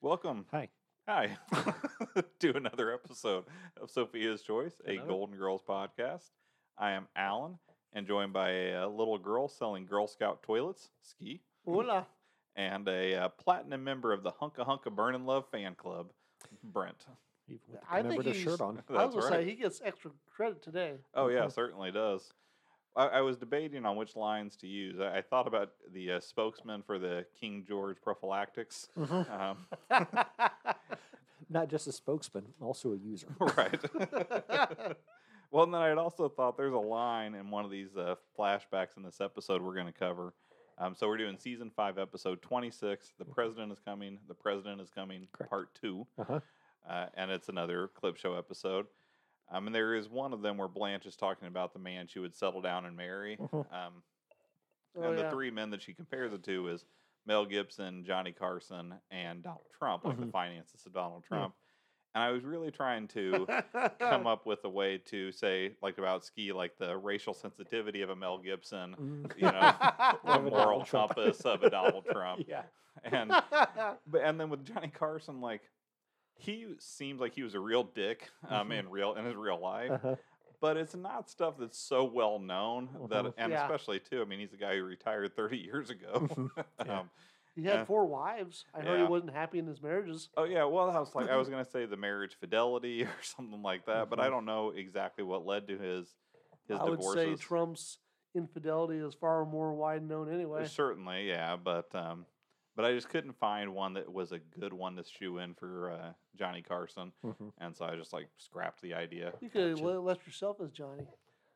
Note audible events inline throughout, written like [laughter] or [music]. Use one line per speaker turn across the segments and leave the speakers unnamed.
Welcome.
Hi.
Hi. [laughs] to another episode of Sophia's Choice, a
Another?
Golden Girls podcast. I am Alan and joined by a uh, little girl selling Girl Scout toilets, Ski,
Hola.
and a uh, platinum member of the Hunka Hunka Burnin' Love fan club, Brent.
[laughs]
[laughs]
With the
I think
commemorative
he's-
shirt on.
I
That's
was gonna
right.
say he gets extra
[laughs]
credit today. [laughs]
Oh, yeah, certainly does. I, I was debating on which lines to use. I, I thought about the uh, spokesman for the King George prophylactics.
Mm-hmm.
Um,
Not just a spokesman, also a
[laughs]
user.
[laughs] right. [laughs] well, and then I had also thought there's a line in one of these uh, flashbacks in this episode we're going to cover. Um, so we're doing season five, episode 26. The president is coming. The president is coming.
Correct.
Part two.
Uh-huh.
Uh, and it's another clip show episode. Um, and there is one of them where Blanche is talking about the man she would settle down and marry.
Mhm.
Um,
Oh,
and the
yeah. [laughs]
three men that she compares it to is Mel Gibson, Johnny Carson, and Donald Trump, like the finances of Donald Trump. And I was really trying to come up with a way to say, like about ski, like the racial sensitivity of a Mel Gibson, [laughs]
Mm.
you know, the
Of a Donald
moral
Trump.
compass of a Donald [laughs] Trump,
Yeah.
and but and then with Johnny Carson, like he seems like he was a real dick, um,
Mhm.
in real in his real life,
Uh-huh.
but it's not stuff that's so well known that,
Mhm.
and
Yeah.
especially too. I mean, he's a guy who retired thirty years ago. [laughs]
Yeah.
um,
[laughs] he
Yeah.
had four wives. I heard
Yeah.
he wasn't happy in his marriages.
oh yeah, well, I was like, I was gonna say the marriage fidelity [laughs] or something like that, but I
Mhm.
don't know exactly what led to his his
I would
divorces.
say Trump's infidelity is far more wide known anyway.
Certainly, yeah, but um, but I just couldn't find one that was a good one to shoe in for uh, Johnny Carson,
Mm-hmm.
Mhm.
and so I just like scrapped the idea.
You could have
Gotcha.
le- left yourself as Johnny.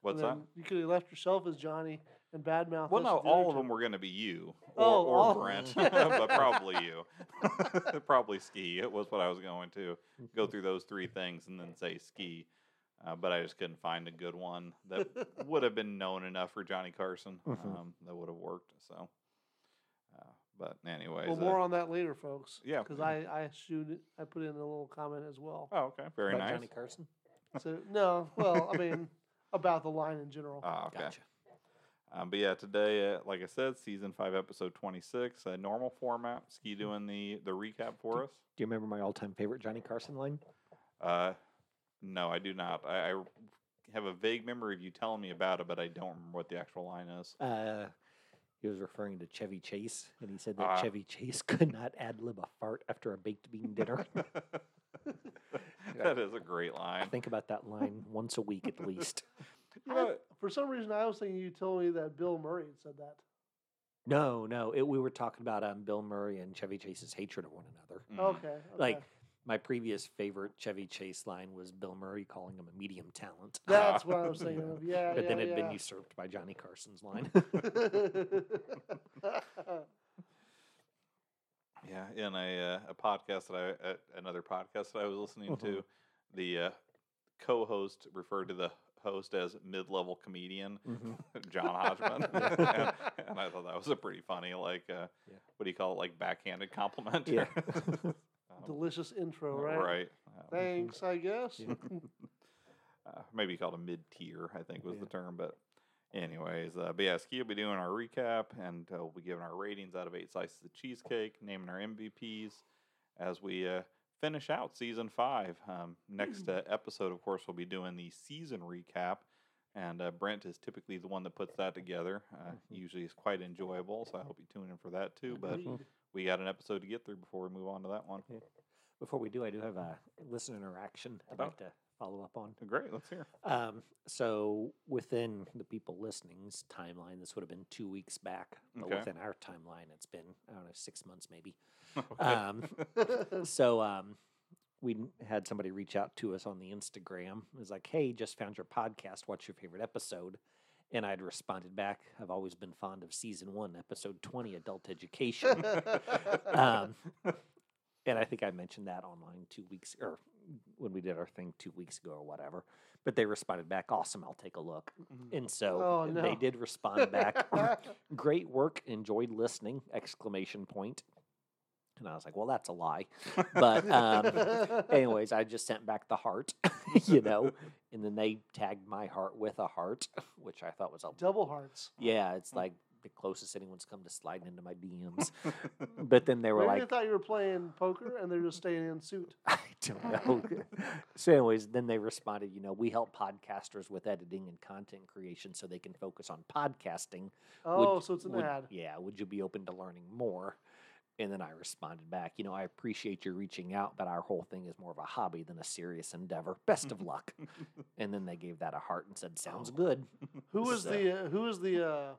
What's
and
that?
then You could have left yourself as Johnny and badmouth.
Well,
us
no,
with the
all
other
of them
two.
were going to be you or,
Oh, all
or
of them.
Brent, [laughs] but probably
[laughs]
you. [laughs] probably ski. It was what I was going to go through those three things and then say ski, uh, but I just couldn't find a good one that
[laughs]
would have been known enough for Johnny Carson
Mm-hmm.
Mhm.
um, that would have worked. So, uh, but anyways,
Well,
uh,
more on that later, folks.
yeah.
Because I, I shoot it, I put in a little comment as well.
oh okay, very
About
nice.
Johnny Carson.
So no, well, I mean [laughs] about the line in general.
Ah, okay.
Gotcha.
Um, but yeah, today, uh, like I said, season five, episode twenty-six, uh, normal format. Ski doing the the recap for us.
Mm-hmm. Do you remember my all-time favorite Johnny Carson line?
Uh, no, I do not. I, I have a vague memory of you telling me about it, but I don't remember what the actual line is. [laughs]
Uh, he was referring to Chevy Chase, and he said that
Ah.
Chevy Chase [laughs] could not ad lib a fart after a baked bean
[laughs]
dinner.
that is a great
I
line.
think about that line once a week at least.
You know,
For some reason, I was thinking you told me that Bill Murray had said that.
No, no, it, we were talking about um, Bill Murray and Chevy Chase's hatred of one another.
mm,
Okay. okay.
Like my previous favorite Chevy Chase line was Bill Murray calling him a medium talent. [laughs]
that's what I was thinking of. Yeah.
but
yeah,
then it had
yeah.
been usurped by Johnny Carson's line.
Yeah, in a uh, a podcast that I uh, another podcast that I was listening
Mhm.
to, the uh, co-host referred to the host as mid-level comedian
Mm-hmm.
[laughs]
[laughs]
John Hodgman, and, [laughs] and I thought that was a pretty funny like uh,
Yeah.
what do you call it like backhanded compliment?
Yeah.
[laughs] Um,
[laughs] Delicious intro, right?
right. Um,
Thanks, I guess.
Yeah.
uh, maybe called a mid tier, I think was
Yeah.
the term. But, anyways, uh, but yeah, Ski will be doing our recap and uh, we'll be giving our ratings out of eight slices of cheesecake, naming our MVPs as we uh, finish out season five. Um, next uh, episode, of course, we'll be doing the season recap. And uh, Brent is typically the one that puts that together. Uh,
Mhm.
Usually, it's quite enjoyable, so I hope you tune in for that too. But
Agreed.
we got an episode to get through before we move on to that
[laughs]
one.
Before we do, I do have a listener interaction I'd
Oh.
like to follow up on.
Great, let's hear.
Um, so within the people listening's timeline, this would have been two weeks back, but
Okay.
within our timeline, it's been I don't know six months maybe.
Okay.
Um,
[laughs]
so um, we n- had somebody reach out to us on the Instagram. It was like, "Hey, just found your podcast. What's your favorite episode?" And I'd responded back, "I've always been fond of season one, episode twenty, adult education."
[laughs]
um, and I think I mentioned that online two weeks or when we did our thing two weeks ago or whatever. But they responded back, "Awesome, I'll take a look."
Mhm.
And so
Oh,
they
no.
did respond back. [laughs] Great work, enjoyed listening! Exclamation point. And I was like, "Well, that's a lie," but um, anyways, I just sent back the heart, [laughs] you know, and then they tagged my heart with a heart, which I thought was a
Double hearts.
yeah. It's like the closest anyone's come to sliding into my
[laughs]
DMs. but then they were
Maybe they
like,
thought you were playing poker and they're just staying in suit.
I don't know. so, anyways, then they responded, you know, we help podcasters with editing and content creation so they can focus on podcasting.
Oh,
Would-
so it's an
would-
ad.
Yeah, would you be open to learning more? And then I responded back, you know, I appreciate you reaching out, but our whole thing is more of a hobby than a serious endeavor. Best
[laughs]
of luck. and then they gave that a heart and said,
Oh,
sounds
[laughs]
good.
Who was
So-
the uh, who was the uh,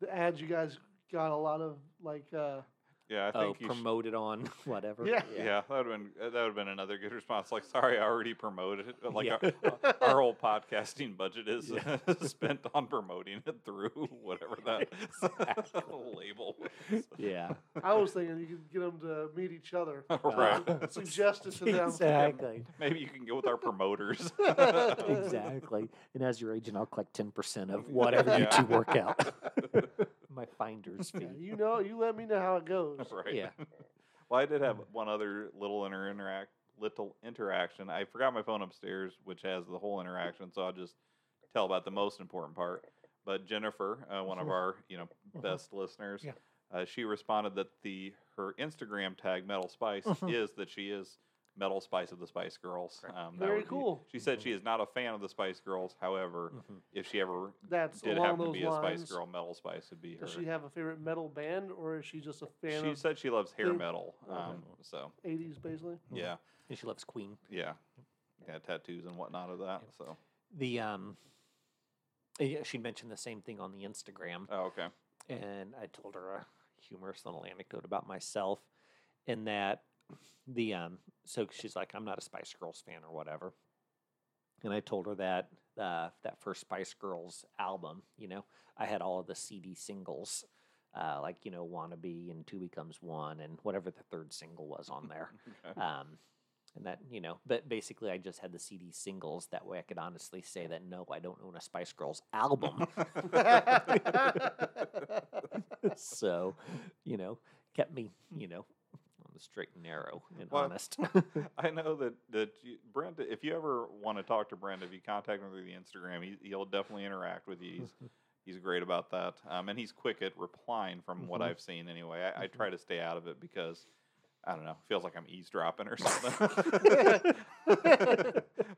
the ads you guys got a lot of like uh,
[laughs] Yeah, I
Oh,
think you. Should,
promoted on [laughs] whatever.
Yeah.
yeah. that would have been that would have been another good response. Like, sorry, I already promoted it. But like
Yeah.
our, our whole podcasting budget is
Yeah.
[laughs] spent on promoting it through whatever that [laughs] label was.
Yeah.
[laughs]
I was thinking you could get them to meet each other.
Uh.
right.
Suggest it
[laughs]
to them.
Exactly.
Maybe you can go with our promoters.
[laughs]
[laughs]
exactly. And as your agent, I'll collect 10% of whatever you
Yeah.
two work out. My finder's
Yeah,
fee.
you know, you let me know how it [laughs] goes.
right.
Yeah.
[laughs] Well, I did have
Mm.
one other little inter- interact little interaction. I forgot my phone upstairs, which has the whole interaction, so I'll just tell about the most important part. But Jennifer, uh, one of
Mm-hmm.
Mhm.
our you know
Mhm.
best listeners,
Yeah.
uh, she responded that the her Instagram tag Metal Spice
Mm-hmm.
Mhm.
is that she is Metal Spice of the Spice Girls. Um, that
Very
would be-
cool.
she said she is not a fan of the Spice Girls. However,
Mhm.
if she ever
That's
did
along
happen to
those
be a
lines.
Spice Girl, Metal Spice would be her.
Does she have a favorite metal band, or is she just a fan
She
of
said she loves hair
Think-
metal.
Okay.
Um, so
'80s,
[laughs]
basically? [laughs]
Mhm.
yeah,
And she loves Queen.
yeah, yeah, tattoos and whatnot of that. So
The um, yeah, she mentioned the same thing on the Instagram,
oh, okay,
and I told her a humorous little anecdote about myself, in that the um, so she's like, I'm not a Spice Girls fan or whatever, and I told her that uh, that first Spice Girls album, you know, I had all of the CD singles. Uh, like you know, wannabe and two becomes one, and whatever the third single was on there,
okay.
um, and that you know but basically i just had the cd singles that way i could honestly say that no i don't own a spice girls album
[laughs]
[laughs]
[laughs] so you know kept me you know on the straight and narrow and
Well,
honest [laughs]
[laughs] I know that that you, Brent. If you ever want to talk to Brent, if you contact him through the Instagram, he, he'll definitely interact with you. He's he's great about that, um, and he's quick at replying. From what
Mhm.
I've seen, anyway, I, I
Mhm.
try to stay out of it because. I don't know. Feels like I'm eavesdropping or something. [laughs]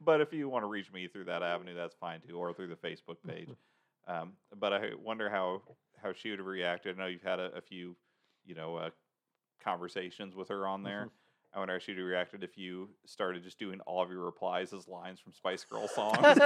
but if you want to reach me through that avenue, that's fine too, or through the Facebook page. Um, but I wonder how how she would have reacted. I know you've had a, a few, you know, uh, conversations with her on there. I wonder how she'd have reacted if you started just doing all of your replies as lines from Spice Girl songs.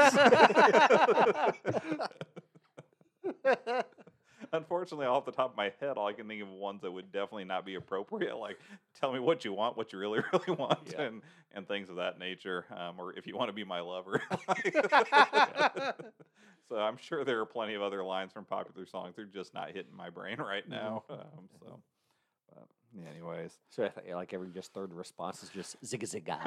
Unfortunately, off the top of my head, all I can think of ones that would definitely not be appropriate. Like, tell me what you want, what you really, [laughs] really want,
Yeah.
and and things of that nature. Um, or if you want to be my lover. [laughs] so I'm sure there are plenty of other lines from popular songs. They're just not hitting my brain right now. Um, so, but anyways, [laughs]
so i thought yeah, like every just third response is just zigga zigga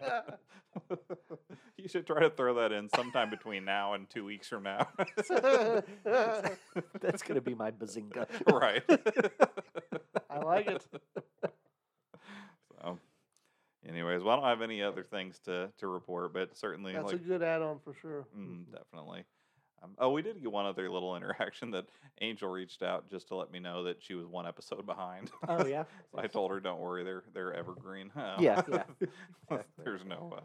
yeah. [laughs] you should try to throw that in sometime between now and two weeks from
[laughs]
now.
[laughs]
[laughs]
that's gonna be my bazinga [laughs]
right.
I like it.
So, anyways, well, I don't have any other things to to report, but certainly,
That's a
like,
good add-on for sure.
mm, definitely. Um, oh, we did get one other little interaction that Angel reached out just to let me know that she was one episode behind. [laughs]
oh yeah
I told her, "Don't worry, they're they're evergreen." [laughs] Um,
Yeah, yeah, exactly.
there's no uh,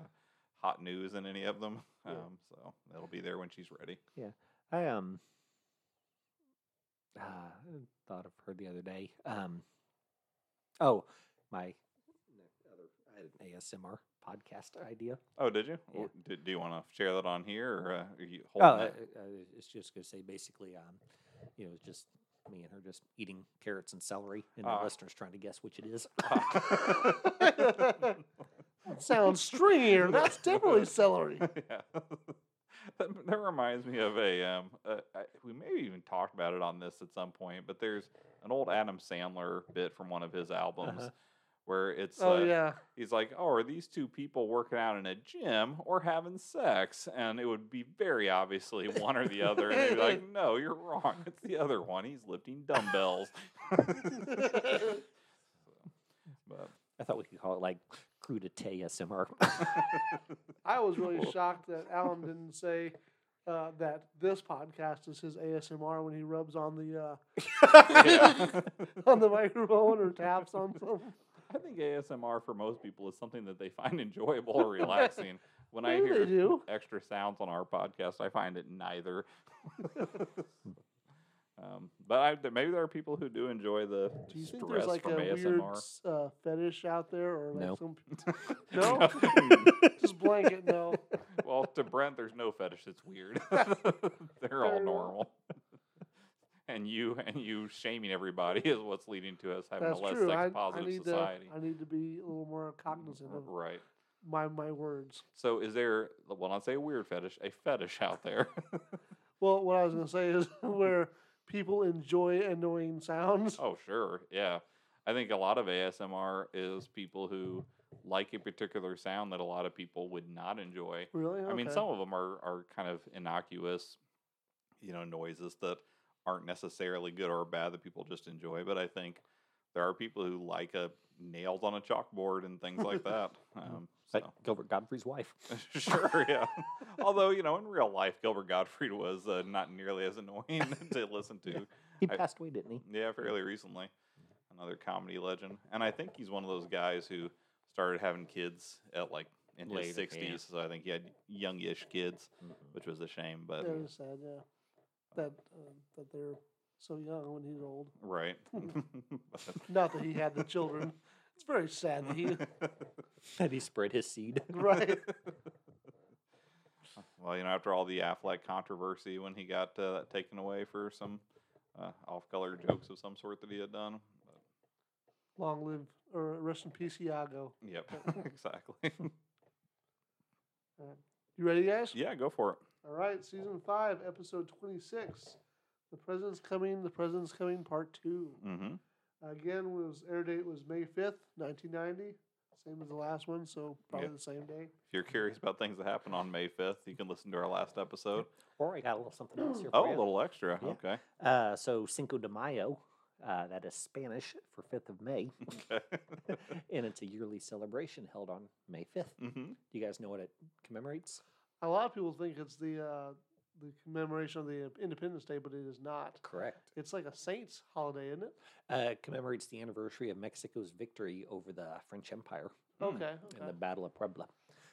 hot news in any of them,
Yeah.
um, so that'll be there when she's ready.
I um uh, thought of her the other day. Um oh my other I had an ASMR podcast idea.
Oh, did you?
Yeah.
Or Do, do you want to share that on here, or uh, are you
Oh,
holding
uh,
it?
uh, it's just gonna say basically um you know it's just me and her just eating carrots and celery and
Ah.
the listeners trying to guess which it is.
[laughs] Mm.
[laughs] That sounds stringier. That's definitely [laughs] celery.
yeah. [laughs] that, that reminds me of a um. Uh, I, we maybe even talked about it on this at some point, but there's an old Adam Sandler bit from one of his albums.
Uh-huh.
Where it's
Oh
uh,
yeah.
he's like, "Oh, are these two people working out in a gym or having sex?" And it would be very obviously one or the other. And they'd be
[laughs]
like, "No, you're wrong. It's the other one. He's lifting dumbbells."
[laughs]
but
I thought we could call it like
[laughs]
crudité ASMR.
I was really shocked that Alan didn't say uh, that this podcast is his ASMR when he rubs on the
Yeah.
uh, [laughs] on the microphone or taps on something.
I think ASMR for most people is something that they find [laughs] enjoyable or
[laughs]
relaxing. When I
Maybe they
hear
do.
extra sounds on our podcast, I find it
[laughs]
neither. um, but I, th- maybe there are people who do enjoy the
Do you
stress
think there's like
from
a weird
ASMR.
s- uh, fetish out there, or like
[laughs]
No.
some no, [laughs] just blanket no.
well, to Brent, there's no fetish. It's weird. [laughs] They're all
enough.
normal. [laughs] and you and you shaming everybody [laughs] is what's leading to us having
That's
a less
true. I,
sex
I
positive
need
society.
to I need to be a little more cognizant of
right.
my my words.
So is there well not say a weird fetish, a fetish out there. [laughs]
Well, what I was gonna say is [laughs] where people enjoy annoying sounds.
oh sure. Yeah. I think a lot of ASMR is people who like a particular sound that a lot of people would not enjoy.
Really?
I mean
Okay.
some of them are, are kind of innocuous, you know, noises that aren't necessarily good or bad that people just enjoy, but I think there are people who like a nails on a chalkboard and things like that. Um,
Like
so.
Gilbert Godfrey's wife.
[laughs] sure, yeah. Although you know, in real life, Gilbert Gottfried was uh, not nearly as annoying [laughs] to listen to.
He
I-
passed away, didn't he?
Yeah, fairly recently, another comedy legend, and I think he's one of those guys who started having kids at like in
Later, yeah.
his sixties. So I think he had youngish kids, which was a shame. But
That is sad. Yeah, that uh, that they're so young when he's old.
[laughs]
right. [laughs]
Not that he had the children. It's very sad that he
That he spread his seed.
right.
[laughs] well, you know, after all the Affleck controversy when he got uh, that taken away for some uh, off-color jokes of some sort that he had done.
Long live or rest in peace, Iago.
Yep, [laughs] exactly.
You ready, guys?
yeah, go for it.
All right, season five, episode twenty-six. The president's coming. The president's coming, part two.
Mm-hmm.
Again, was air date was May fifth, nineteen ninety. Same as the last one, so probably
Yeah.
the same day.
If you're curious about things that happened on May 5th, you can listen to our last episode.
Or I got a little something else here.
Oh,
[laughs] for
a
ya.
little extra.
Yeah.
Okay.
Uh, so Cinco de Mayo, uh, that is Spanish for 5th of
[laughs]
May,
Okay.
and it's a yearly celebration held on May 5th.
hmm
Do you guys know what it commemorates?
A lot of people think it's the uh, the commemoration of the Independence Day, but it is not.
Correct.
It's like a saint's holiday, isn't it?
Uh, it commemorates the anniversary of Mexico's victory over the French Empire
Hmm.
in
Okay. okay.
the Battle of Puebla.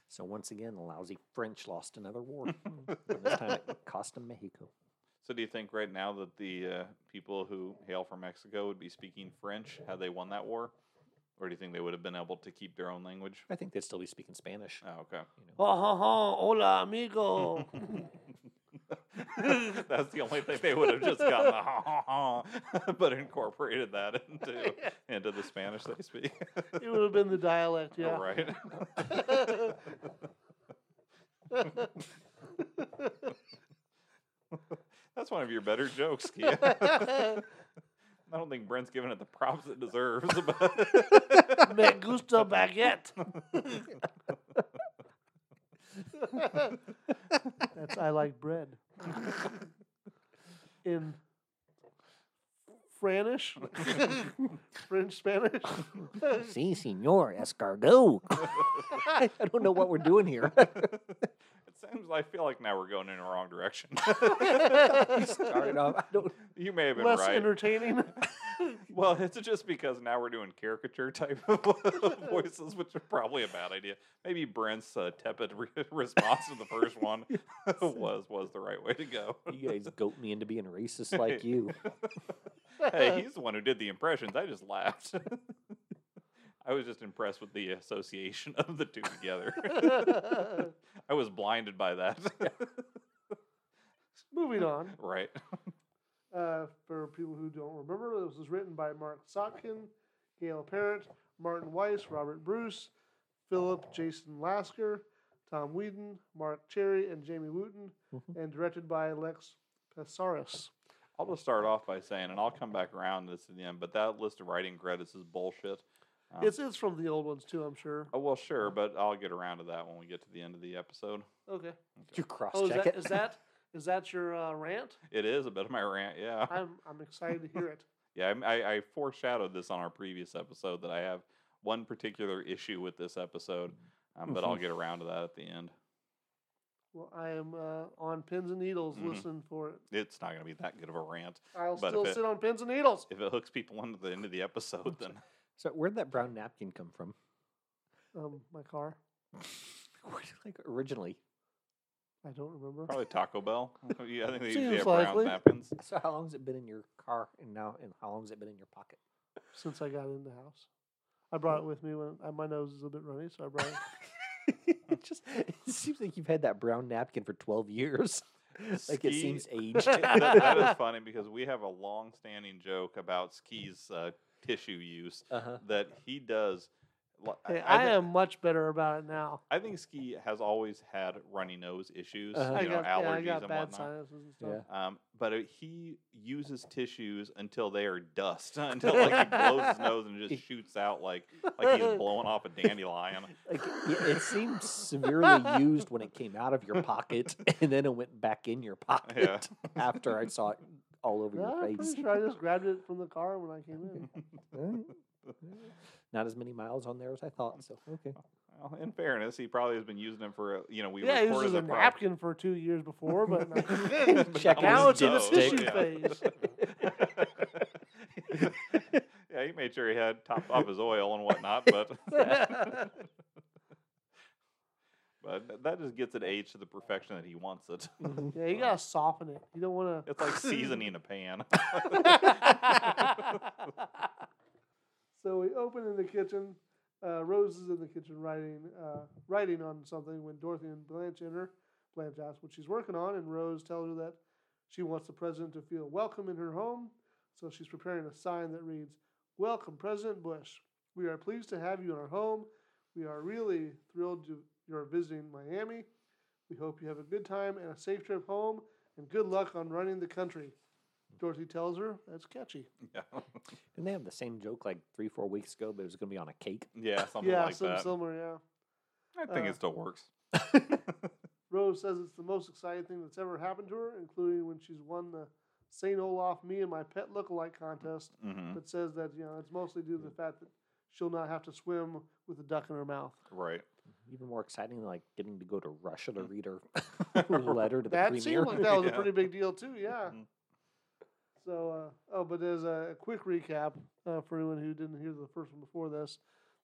So once again, the lousy French lost another war.
[laughs]
and this time it cost them Mexico.
So, do you think right now that the uh, people who hail from Mexico would be speaking French had they won that war? Or do you think they would have been able to keep their own language?
I think they'd still be speaking Spanish.
Oh, okay.
you know.
Ha ha ha!
Oh, [laughs]
[laughs]
Hola, [laughs] amigo.
That's the only thing they would have just gotten, the ha, ha, ha, [laughs] but incorporated that
[laughs]
into
Yeah.
into the Spanish they speak. [laughs]
it would have been the dialect, yeah.
Right. [laughs] That's one of your better jokes,
[laughs]
Kia. I don't think Brent's giving it the props it deserves, [laughs] but
Me gusta baguette. [laughs] That's I
[laughs]
like bread. In
[laughs]
Franish? French Spanish?
Si, senor, escargot. [laughs] I don't know what we're doing here. [laughs]
it seems I feel like now we're going in the wrong direction.
Started off, [laughs] I don't,
you may have been
Less
right.
entertaining.
well, it's just because now we're doing caricature type of voices, which are probably a bad idea. Maybe Brent's uh, tepid re- [laughs] response to the first one [laughs] was was the right way to go.
you guys goat me into being racist like you. [laughs]
Uh,
hey, he's the one who did the impressions. I just laughed. I was just impressed with the association of the two together. [laughs] I was blinded by that.
[laughs] Moving on.
[laughs] right.
Uh, for people who don't remember, this was written by Mark Sotkin, Gail Parrott, Martin Weiss, Robert Bruce, Philip Jason Lasker, Tom Whedon, Mark Cherry, and Jamie Wooten,
Mhm.
and directed by Lex Pesaris.
I'll just start off by saying, and I'll come back around to this in the end, but that list of writing credits is bullshit. Um,
It's, it's from the old ones too, I'm sure.
oh, well, sure, but I'll get around to that when we get to the end of the episode. [laughs]
Okay.
You cross
Oh, is
check
that,
it.
is that is that your uh, rant?
It is a bit of my rant, yeah.
I'm I'm excited to hear it.
[laughs] Yeah, I'm- I, I foreshadowed this on our previous episode that I have one particular issue with this episode, um, but I'll get around to that at the end.
Well, I am uh, on pins and needles
Mhm.
listening for it.
It's not going to be that good of a rant.
I'll
But if
still
it-
sit on pins and needles.
If it hooks people into the end of the episode, then
So where'd that brown napkin come from? [laughs]
Um, my car.
Where did- like originally.
I don't remember.
probably Taco Bell. [laughs] Yeah, I think they usually
Seems
have brown
likely.
napkins.
So how long's it been in your car, and now, and how long's it been in your pocket?
Since I got in the house, I brought it with me when I, my nose is a bit runny, so I brought it.
[laughs] it just it seems like you've had that brown napkin for twelve years. Like it
Ski-
[laughs] seems
[laughs]
aged.
that, that is funny because we have a long-standing joke about Ski's uh, tissue use
uh-huh.
that he does. li-
Hey,
I,
I,
thi-
am much better about it now.
I think Ski has always had runny nose issues,
Uh-huh.
I
you know,
got, yeah, I
allergies
got
and
bad
whatnot.
sinuses and stuff.
Yeah.
Um, but uh, he uses tissues until they are dust, [laughs] until like he blows his nose and
[laughs]
just shoots out like like he's blowing off a dandelion.
Like it, it seemed severely used when it came out of your
[laughs]
pocket, and then it went back in your pocket [laughs] after I saw it all over
Yeah, I'm
your face.
pretty sure I just grabbed it from the car when I came in.
[laughs]
[laughs]
Alright. Not as many miles on there as I thought. So okay.
Oh.
Well, in fairness, he probably has been using them for uh, you know we
yeah, it was
recorded
just
the
a
pro-
[laughs] napkin for two years before, but
[laughs] But
Check
that
now
was
it's in the
dope,
tissue
yeah.
phase. [laughs]
[laughs] yeah, he made sure he had topped off his oil and whatnot, but
[laughs]
[laughs] but th- that just gets it aged to the perfection that he wants it.
Yeah, you gotta soften it. You don't want to.
It's like [laughs] seasoning a pan.
So we open in the kitchen. Uh, Rose is in the kitchen writing uh, writing on something when Dorothy and Blanche enter. Blanche asks what she's working on, and Rose tells her that she wants the president to feel welcome in her home. So she's preparing a sign that reads, "Welcome, President Bush. We are pleased to have you in our home. We are really thrilled you you're visiting Miami. We hope you have a good time and a safe trip home, and good luck on running the country." Dorothy tells her that's catchy.
[laughs] yeah.
Didn't they have the same joke like three, four weeks ago, but it was going to be on a cake?
yeah, something
yeah,
like
some
that.
similar, yeah.
I think
uh,
it still works.
Rose says it's the most exciting thing that's ever happened to her, including when she's won the St. Olaf Me and My Pet Lookalike contest,
hmm
but says that, you know, it's mostly due to the fact that she'll not have to swim with a duck in her mouth. [laughs]
Right. [laughs]
Even more exciting than like getting to go to Russia to read
[laughs]
her letter to the
Mm. that
premier. [laughs]
seemed like that was
[laughs]
a
Yeah.
pretty big deal, too, yeah.
Mhm.
So, uh, oh, but as a, a quick recap uh, for anyone who didn't hear the first one before this,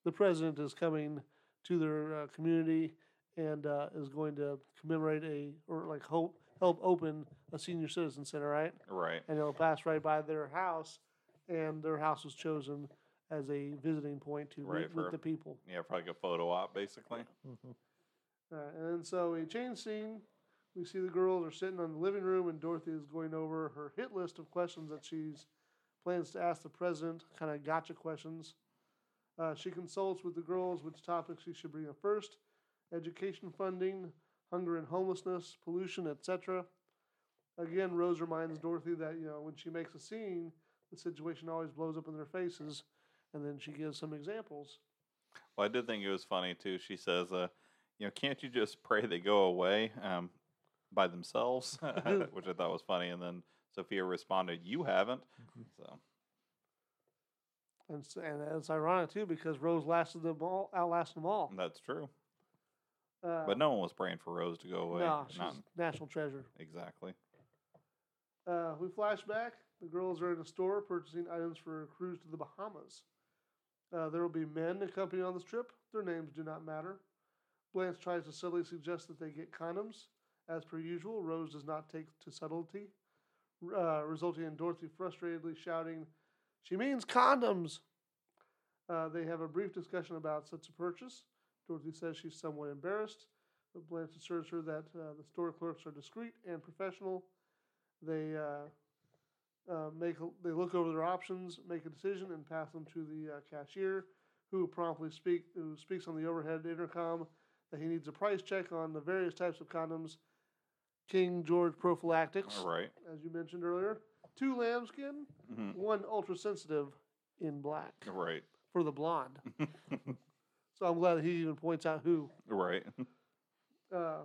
the president is coming to their uh, community and uh, is going to commemorate a, or like hope, help open a senior citizen center, right?
Right.
and it'll pass right by their house, and their house was chosen as a visiting point to
Right,
meet
for-
with the people.
Yeah, probably like a photo op basically.
Mhm.
All right, and then so we change scene. We see the girls are sitting in the living room, and Dorothy is going over her hit list of questions that she's plans to ask the president, kind of gotcha questions. Uh, she consults with the girls which topics she should bring up first: education funding, hunger and homelessness, pollution, etc. Again, Rose reminds Dorothy that you know when she makes a scene, the situation always blows up in their faces, and then she gives some examples.
Well, I did think it was funny too. She says, uh, "You know, can't you just pray they go away um, by themselves?" [laughs]
[laughs]
Which I thought was funny. And then Sophia responded, "You haven't."
Mm-hmm.
So
And s- and it's ironic too because Rose lasted them all, outlasted them all.
that's true.
Uh,
But no one was praying for Rose to go away.
no, she's
Not
national treasure.
exactly.
Uh, we flash back. The girls are in a store purchasing items for a cruise to the Bahamas. Uh, there will be men accompanying on this trip. Their names do not matter. Blanche tries to subtly suggest that they get condoms. As per usual, Rose does not take to subtlety, uh, resulting in Dorothy frustratedly shouting, She means condoms! Uh, they have a brief discussion about such a purchase. Dorothy says she's somewhat embarrassed, but Blanche assures her that uh, the store clerks are discreet and professional they uh, uh, make a- they look over their options, make a decision, and pass them to the uh, cashier, who promptly speak who speaks on the overhead intercom that he needs a price check on the various types of condoms, King George prophylactics,
All right.
as you mentioned earlier, two lambskin,
Mhm.
one ultra sensitive in black
Right.
for the blonde. so I'm glad he even points out who. [laughs]
Right. [laughs]
Uh,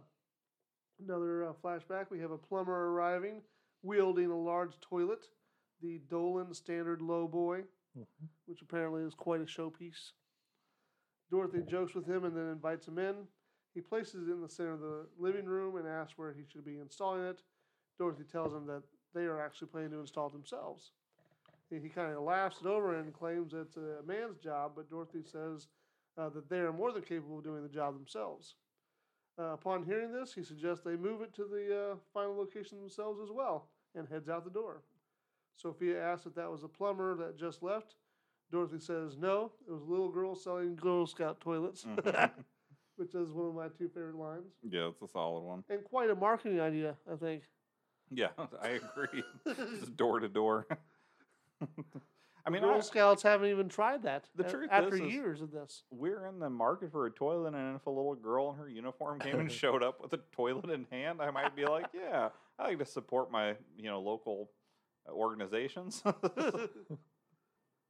another uh, flashback. We have a plumber arriving, wielding a large toilet, the Dolan Standard Lowboy,
Mhm.
which apparently is quite a showpiece. Dorothy jokes with him and then invites him in. He places it in the center of the living room and asks where he should be installing it. Dorothy tells him that they are actually planning to install it themselves. He, he kind of laughs it over and claims it's a man's job, but Dorothy says uh, that they are more than capable of doing the job themselves. Uh, upon hearing this, he suggests they move it to the uh, final location themselves as well and heads out the door. Sophia asks if that was a plumber that just left. Dorothy says, No, it was a little girl selling Girl Scout toilets,
Mhm.
which is one of my two favorite lines.
Yeah, it's a solid one.
And quite a marketing idea,
[laughs]
I think.
Yeah, I agree. Just door to door. [laughs] I mean,
Girl
I-
Scouts haven't even tried that
The
a-
truth
after
is- is-
years of this.
we're in the market for a toilet, and if a little girl in her uniform came [laughs] and showed up with a toilet in hand, I might be like, "Yeah, I like to support my you know local uh, organizations." [laughs] Mm-hmm.
[laughs]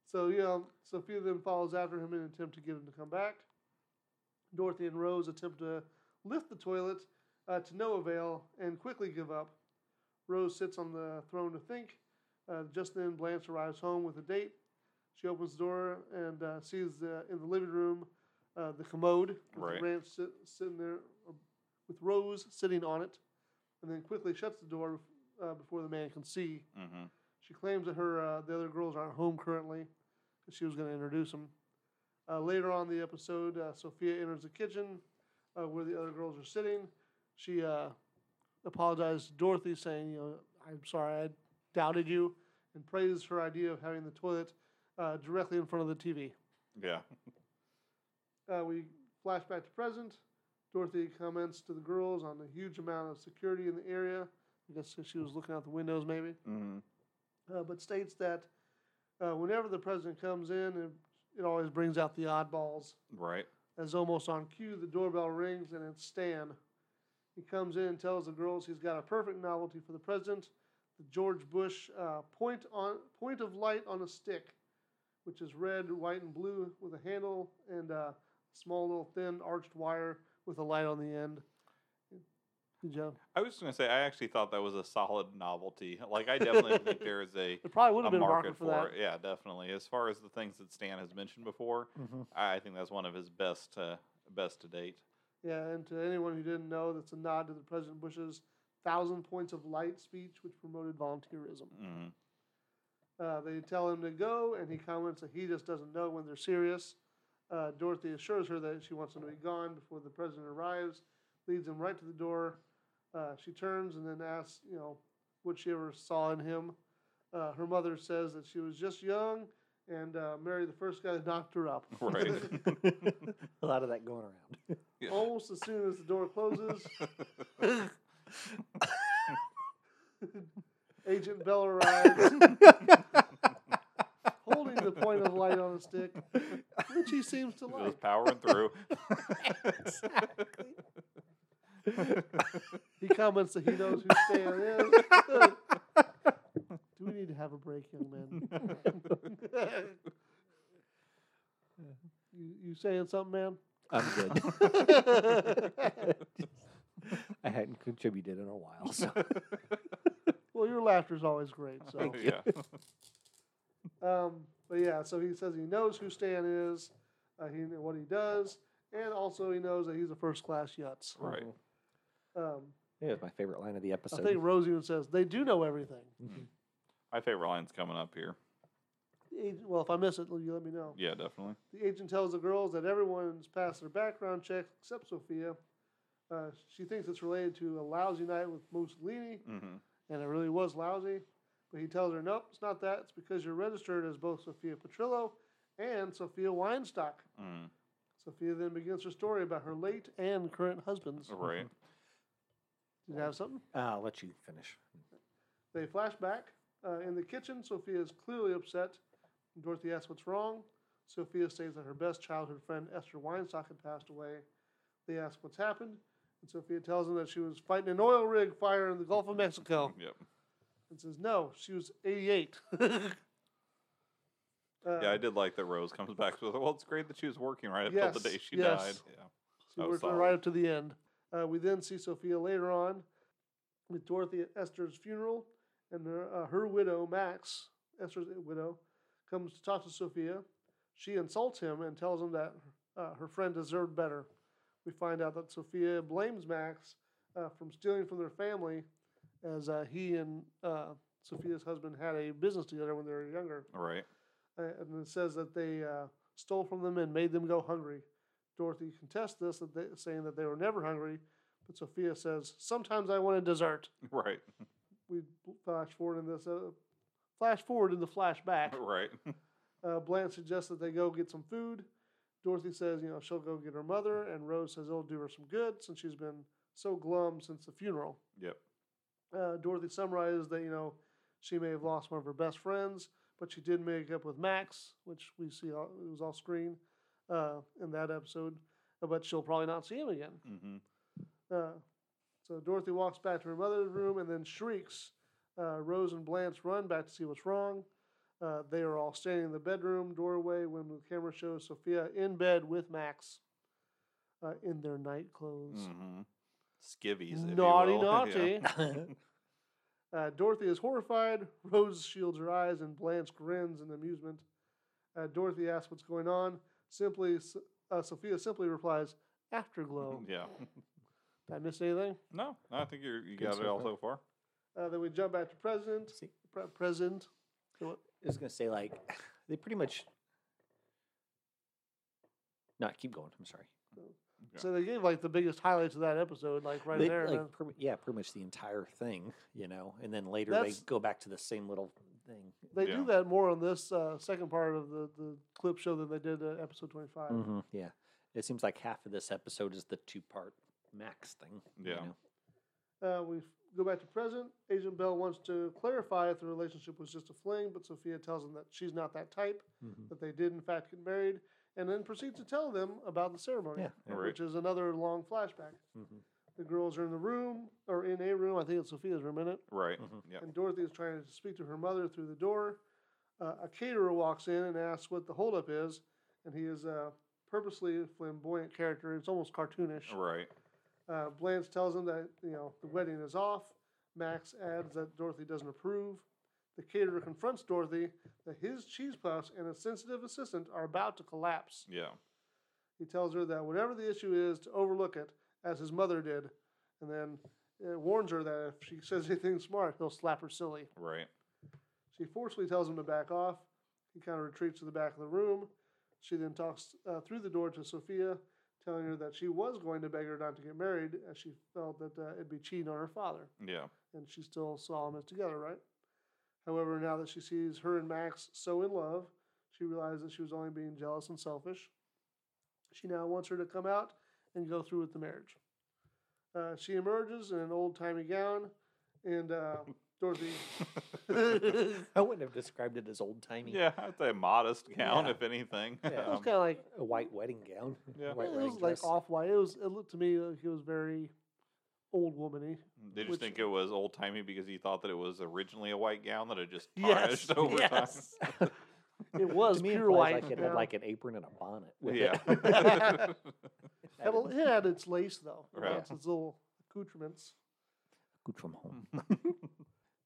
So, yeah, Sophia then follows after him in an attempt to get him to come back. Dorothy and Rose attempt to lift the toilet uh, to no avail and quickly give up. Rose sits on the throne to think. Uh, just then, Blanche arrives home with a date. She opens the door and uh, sees the, in the living room uh, the commode with
Right.
Blanche sit, sitting there uh, with Rose sitting on it, and then quickly shuts the door uh, before the man can see.
hmm
She claims that her uh, the other girls aren't home currently because she was going to introduce them. Uh, later on in the episode, uh, Sophia enters the kitchen uh, where the other girls are sitting. She uh, apologized to Dorothy, saying, "You know, I'm sorry I doubted you," and praised her idea of having the toilet uh, directly in front of the TV.
Yeah,
Uh, we flash back to present. Dorothy comments to the girls on the huge amount of security in the area. I guess she was looking out the windows, maybe
hmm
uh, but states that uh, whenever the president comes in, it, it always brings out the oddballs.
right.
As almost on cue, the doorbell rings and it's Stan. He comes in and tells the girls he's got a perfect novelty for the president, the George Bush uh, point on point of light on a stick, which is red, white, and blue with a handle and a small little thin arched wire with a light on the end. Good job.
I was gonna say I actually thought that was a solid novelty. Like I [laughs] definitely think there is a,
It probably would
a
have been a market for, that.
it. Yeah, definitely. As far as the things that Stan has mentioned before,
Mm-hmm.
[laughs]
I I think that's one of his best uh, best to date.
Yeah, and to anyone who didn't know, that's a nod to the President Bush's thousand points of light speech, which promoted volunteerism.
hmm
Uh, they tell him to go, and he comments that he just doesn't know when they're serious. Uh, Dorothy assures her that she wants him to be gone before the president arrives, leads him right to the door. Uh, she turns and then asks, you know, what she ever saw in him. Uh, her mother says that she was just young and uh, married the first guy that knocked her up.
Right.
[laughs]
[laughs]
a lot of that going around.
Yeah.
Almost as soon as the door closes, [laughs] Agent Bell arrives, holding the point of light on a stick, which he seems to like.
Just powering
[laughs]
through.
He comments that he knows who Stan is. [laughs] Do we need to have a break, young man? [laughs] you, you saying something, man?
I'm
[laughs]
good. [laughs] I hadn't contributed in a while, so
Well, your laughter's always great.
[laughs]
So.
Oh, yeah.
Um, but yeah, so he says he knows who Stan is, uh, he kn- what he does, and also he knows that he's a first class yutz.
Right.
Um,
it was Mm-hmm. my favorite line of the
I
episode.
think Rose even says they do know everything.
Mm-hmm.
My favorite line's coming up here.
The agent- well, if I miss it, you let me know.
Yeah, definitely.
The agent tells the girls that everyone's passed their background checks except Sophia. Uh, she thinks it's related to a lousy night with Mussolini,
hmm
and it really was lousy. But he tells her, nope, it's not that. It's because you're registered as both Sophia Petrillo and Sophia Weinstock.
Mm,
Sophia then begins her story about her late and current husbands.
right.
Did you have something?
Ah, I'll let you finish.
They flash back. Uh, in the kitchen, Sophia is clearly upset. Dorothy asks what's wrong. Sophia states that her best childhood friend, Esther Weinstock, had passed away. They ask what's happened, and Sophia tells them that she was fighting an oil rig fire in the Gulf of Mexico
Yep.
and says, No, she was [laughs] 88. Uh,
Yeah, I did like that Rose comes back with, well, it's great that she was working right up till
Yes,
the day she
yes.
died.
She
Oh,
worked her
solid.
right up to the end. Uh, we then see Sophia later on with Dorothy at Esther's funeral, and her, uh, her widow, Max, Esther's uh, widow, comes to talk to Sophia. She insults him and tells him that uh, her friend deserved better, we find out that Sophia blames Max uh, from stealing from their family, as uh, he and uh, Sophia's husband had a business together when they were younger.
Right. [laughs]
Uh, and it says that they uh, stole from them and made them go hungry. Dorothy contests this, that they, saying that they were never hungry, but Sophia says, "Sometimes I want a dessert."
Right.
We flash forward in this, uh, flash forward in the flashback.
[laughs] Right.
Uh, Blanche suggests that they go get some food. Dorothy says, you know, she'll go get her mother, and Rose says it'll do her some good since she's been so glum since the funeral.
Yep.
Uh, Dorothy summarizes that, you know, she may have lost one of her best friends, but she did make up with Max, which we see all, it was off screen uh, in that episode, uh, but she'll probably not see him again.
hmm
Uh, so Dorothy walks back to her mother's room and then shrieks. Uh, Rose and Blanche run back to see what's wrong. Uh, they are all standing in the bedroom doorway when the camera shows Sophia in bed with Max uh, in their night clothes.
hmm Skivvies. If
Naughty,
you will. [laughs]
naughty.
Yeah.
Uh, Dorothy is horrified. Rose shields her eyes, and Blanche grins in amusement. Uh, Dorothy asks what's going on. Simply, uh, Sophia simply replies, "Afterglow."
[laughs] yeah.
Did I miss anything?
No, no, I think you're, you
Good
got
so
it all
far.
so far.
Uh, then we jump back to present.
See,
Pre- present.
I was gonna say like they pretty much. No, keep going. I'm sorry.
Yeah.
So they gave like the biggest highlights of that episode, like right
They-
there.
like,
man.
pretty- yeah, pretty much the entire thing, you know. And then later
That's-
they go back to the same little thing.
they
yeah.
do that more on this uh, second part of the, the clip show than they did at episode 25.
Mhm, Yeah, it seems like half of this episode is the two part Max thing. you
Yeah.
know.
Uh, we f- go back to present. Agent Bell wants to clarify if the relationship was just a fling, but Sophia tells him that she's not that type,
Mhm.
that they did in fact get married, and then proceeds to tell them about the ceremony,
Yeah,
yeah. Right.
which is another long flashback.
Mhm.
The girls are in the room, or in a room. I think it's Sophia's room, isn't it?
Right.
Mm-hmm.
Mhm.
Yeah.
and Dorothy is trying to speak to her mother through the door. Uh, a caterer walks in and asks what the holdup is, and he is a purposely flamboyant character. It's almost cartoonish.
Right.
Uh, Blanche tells him that you know the wedding is off. Max adds that Dorothy doesn't approve. The caterer confronts Dorothy that his cheese puffs and a sensitive assistant are about to collapse.
Yeah.
He tells her that whatever the issue is, to overlook it, as his mother did, and then uh, warns her that if she says anything smart, he'll slap her silly.
Right.
She forcefully tells him to back off. He kind of retreats to the back of the room. She then talks uh, through the door to Sophia, telling her that she was going to beg her not to get married, as she felt that uh, it'd be cheating on her father, [laughs]
Yeah. [laughs]
and she still saw them as together, right? However, now that she sees her and Max so in love, she realizes that she was only being jealous and selfish. She now wants her to come out and go through with the marriage. Uh, she emerges in an old timey gown, and uh,
Um,
Dorothy.
Mm-hmm.
[laughs]
I wouldn't have described it as old timey.
Yeah. I'd say modest gown,
Yeah.
if anything.
Yeah.
It was
[laughs] Um,
kind of like
A white wedding gown.
Yeah.
a white
it
wedding
was like
dress.
off white. It was it looked to me like it was very old womany.
Did you
which-
think it was old timey because he thought that it was originally a white gown that had
[laughs]
just
Yes,
tarnished [laughs] over
yes.
It was
To me, it
pure
implies,
white.
Like it
yeah.
had like an apron and a bonnet.
time?
With
Yeah.
It.
Had a- it had its lace
[laughs]
though. It
Right.
had its little accoutrements.
Good from home.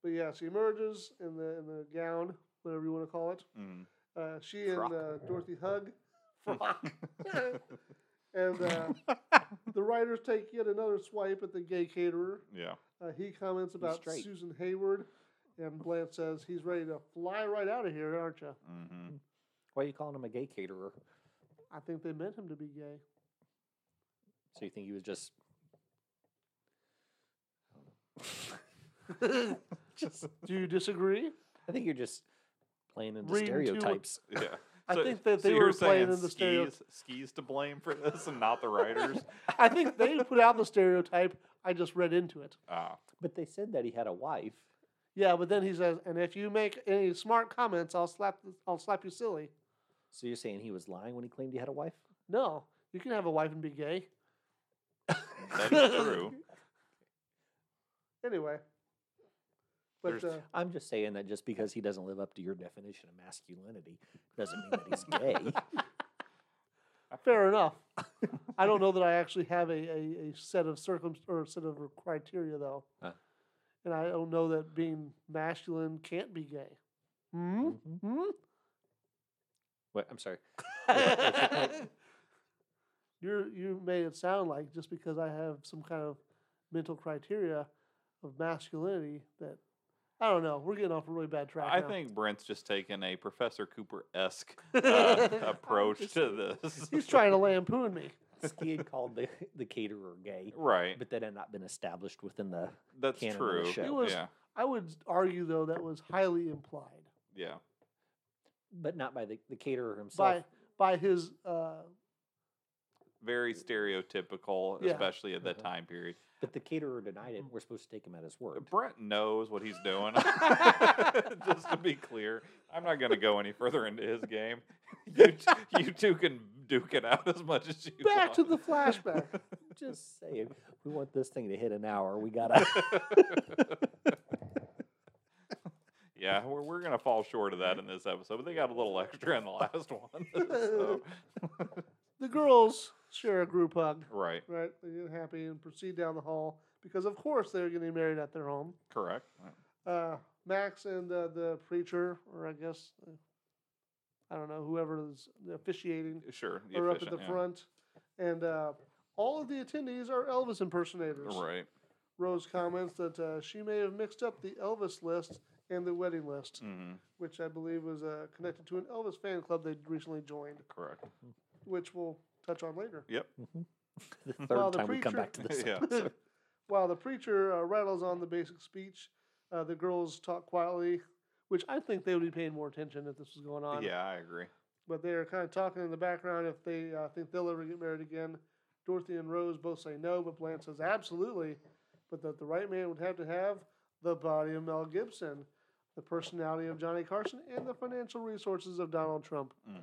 But yeah, she emerges in the in the gown, whatever you want to call it.
[laughs] Mm.
Uh, she and
Frock.
uh, Dorothy
[laughs]
hug. Frock. [laughs] and uh, the writers take yet another swipe at the gay caterer.
Yeah.
Uh, he comments about
straight.
Susan Hayward, and Blanche says he's ready to fly right out of here, aren't you?
hmm
[laughs]
Why are you calling him a gay caterer?
I think they meant him to be gay.
[laughs] So you think he was just just
Do you disagree?
I think you're just playing into
Reading too much-
stereotypes.
Yeah.
I
So-
think that
so
they
you're
were playing
saying
in the stereotype.
skis, skis to blame for this and not the
[laughs]
writers.
I think they put out the stereotype. I just read into it.
ah,
But they said that he had a wife.
Yeah, but then he says, "And if you make any smart comments, I'll slap. I'll slap you silly."
So you're saying he was lying when he claimed he had a wife?
No, you can have a wife and be gay.
that is
[laughs]
true.
Anyway, but
There's-
uh,
I'm just saying that just because he doesn't live up to your definition of masculinity doesn't mean that he's [laughs] gay.
fair enough. [laughs] I don't know that I actually have a, a, a set of circum or a set of criteria though,
Huh.
and I don't know that being masculine can't be gay. Hmm.
Mhm.
Hmm.
What? I'm sorry.
you you made it sound like just because I have some kind of mental criteria of masculinity that I don't know. We're getting off a really bad track.
I
now. [laughs]
think Brent's just taken a Professor Cooper esque uh, approach
Just-
to this.
[laughs] he's trying to lampoon me.
He had called the, the caterer gay,
[laughs] Right.
but that had not been established within the.
That's
canon of the
true.
show.
It was-
yeah.
I would argue though that was highly implied
Yeah.
But not by the, the caterer himself.
by by his uh,
Very stereotypical,
Yeah.
especially at that
Uh-huh.
time period.
But the caterer denied it. We're supposed to take him at his word.
Brent knows what he's
[laughs]
doing. [laughs] Just to be clear, I'm not going to go any further into his game. [laughs] You, t- you two can duke it out as much as you
back to
want. [laughs]
the flashback.
Just saying, we want this thing to hit an hour. We [laughs] gotta.
[laughs]
[laughs]
yeah, we're, we're going to fall short of that in this episode, but they got a little extra in the last one. [laughs]
[laughs]
so,
the girls share a group hug,
right,
right? They get happy and proceed down the hall because of course they're getting married at their home.
correct.
uh, Max and uh, the preacher, or I guess uh, I don't know whoever is officiating,
Sure. the
are up at
efficient,
the
yeah.
front, and uh, all of the attendees are Elvis impersonators.
Right.
Rose comments that uh, she may have mixed up the Elvis list and the wedding list,
hmm
which I believe was uh, connected to an Elvis fan club they recently joined,
Correct.
which we'll touch on later.
Mm-hmm. the third
Well, the
time we come
preacher-
back to [laughs] this.
[laughs] yeah.
[laughs] While the preacher uh, rattles on the basic speech, uh, the girls talk quietly, which I think they would be paying more attention if this was going on.
Yeah, I agree.
but they are kind of talking in the background if they uh, think they'll ever get married again. Dorothy and Rose both say no, but Blanche says absolutely, but that the right man would have to have the body of Mel Gibson, the personality of Johnny Carson, and the financial resources of Donald Trump.
hmm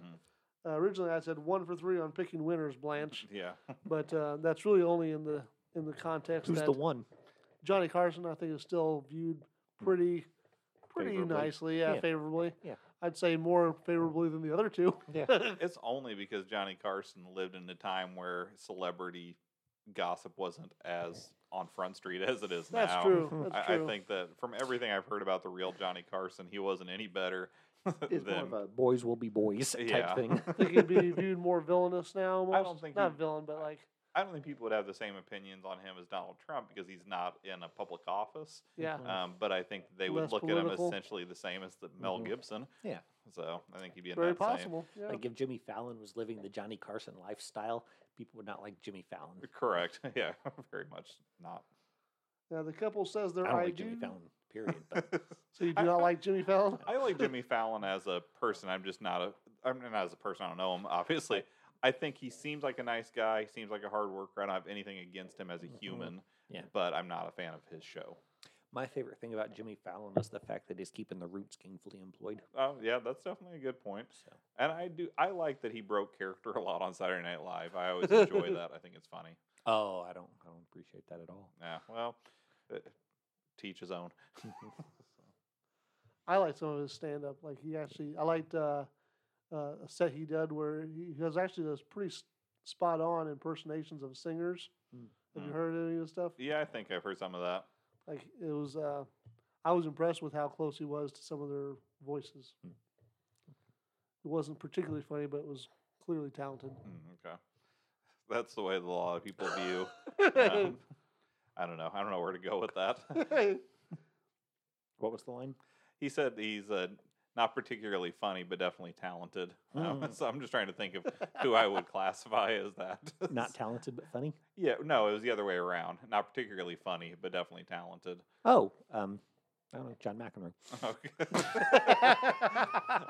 Uh, originally, I said one for three on picking winners, Blanche,
Yeah.
but uh, that's really only in the in the context
Who's
that
the [laughs] one?
Johnny Carson, I think, is still viewed pretty pretty
Favorably.
nicely, yeah,
Yeah.
favorably.
Yeah.
I'd say more favorably than the other two.
Yeah.
It's only because Johnny Carson lived in a time where celebrity gossip wasn't as on Front Street [laughs] as it is
That's
now.
[laughs]
true. That's
I, I
true.
think that from everything I've heard about the real Johnny Carson, he wasn't any better [laughs]
It's more
than.
of a boys will be [laughs] boys type
Yeah.
thing.
think he'd be viewed more villainous now. Almost.
don't think
not
he'd-
villain, but like
I don't think people would have the same opinions on him as Donald Trump because he's not in a public office.
yeah,
Mhm.
Um, but I think they would
Mm. Less
look at him
political. Mm-hmm.
essentially the same as the Mel
Mhm.
Gibson.
Yeah.
So I think he'd be in
very
that same-
possible. Yeah.
Like if Jimmy Fallon was living the Johnny Carson lifestyle, people would not like Jimmy Fallon.
[laughs] Correct. [laughs] Yeah. Very much not.
Now the couple says
I
their
don't
I,
like
do.
Jimmy Fallon. Period. But [laughs]
So you do not like
[laughs]
Jimmy Fallon?
I like Jimmy Fallon as a person. I'm just not a. I'm not as a person. I don't know him. Obviously, I think he seems like a nice guy. He seems like a hard worker. I don't have anything against him as a
Mhm.
human.
Yeah.
But I'm not a fan of his show.
my favorite thing about Jimmy Fallon is the fact that he's keeping the roots gainfully employed.
Oh yeah, that's definitely a good point.
So
And I do. I like that he broke character [laughs] a lot on Saturday Night Live. I always enjoy that. I think it's funny.
oh, I don't I don't appreciate that at all.
Yeah. Well, uh, teach his own.
I like some of his stand up. Like he actually, I liked uh, uh, a set he did where he has actually those pretty s- spot on impersonations of singers.
Mm.
Have you
Mm.
heard any of his stuff?
Yeah, I think I've heard some of that.
Like it was, uh, I was impressed with how close he was to some of their voices.
Mm.
It wasn't particularly funny, but it was clearly talented.
Mm, okay. That's the way that a lot of people view. Um, I don't know. I don't know where to go with that. [laughs]
[laughs]
What was the line?
He said he's uh, not particularly funny, but definitely talented. [laughs] Um,
Hmm.
Mm.
So I'm just trying to think of who I would classify as that. [laughs]
Not talented but [laughs] funny.
yeah, no, it was the other way around. Not particularly funny, but definitely talented. [laughs]
Oh, um, I don't know, John McEnroe. [laughs]
[laughs]
Okay.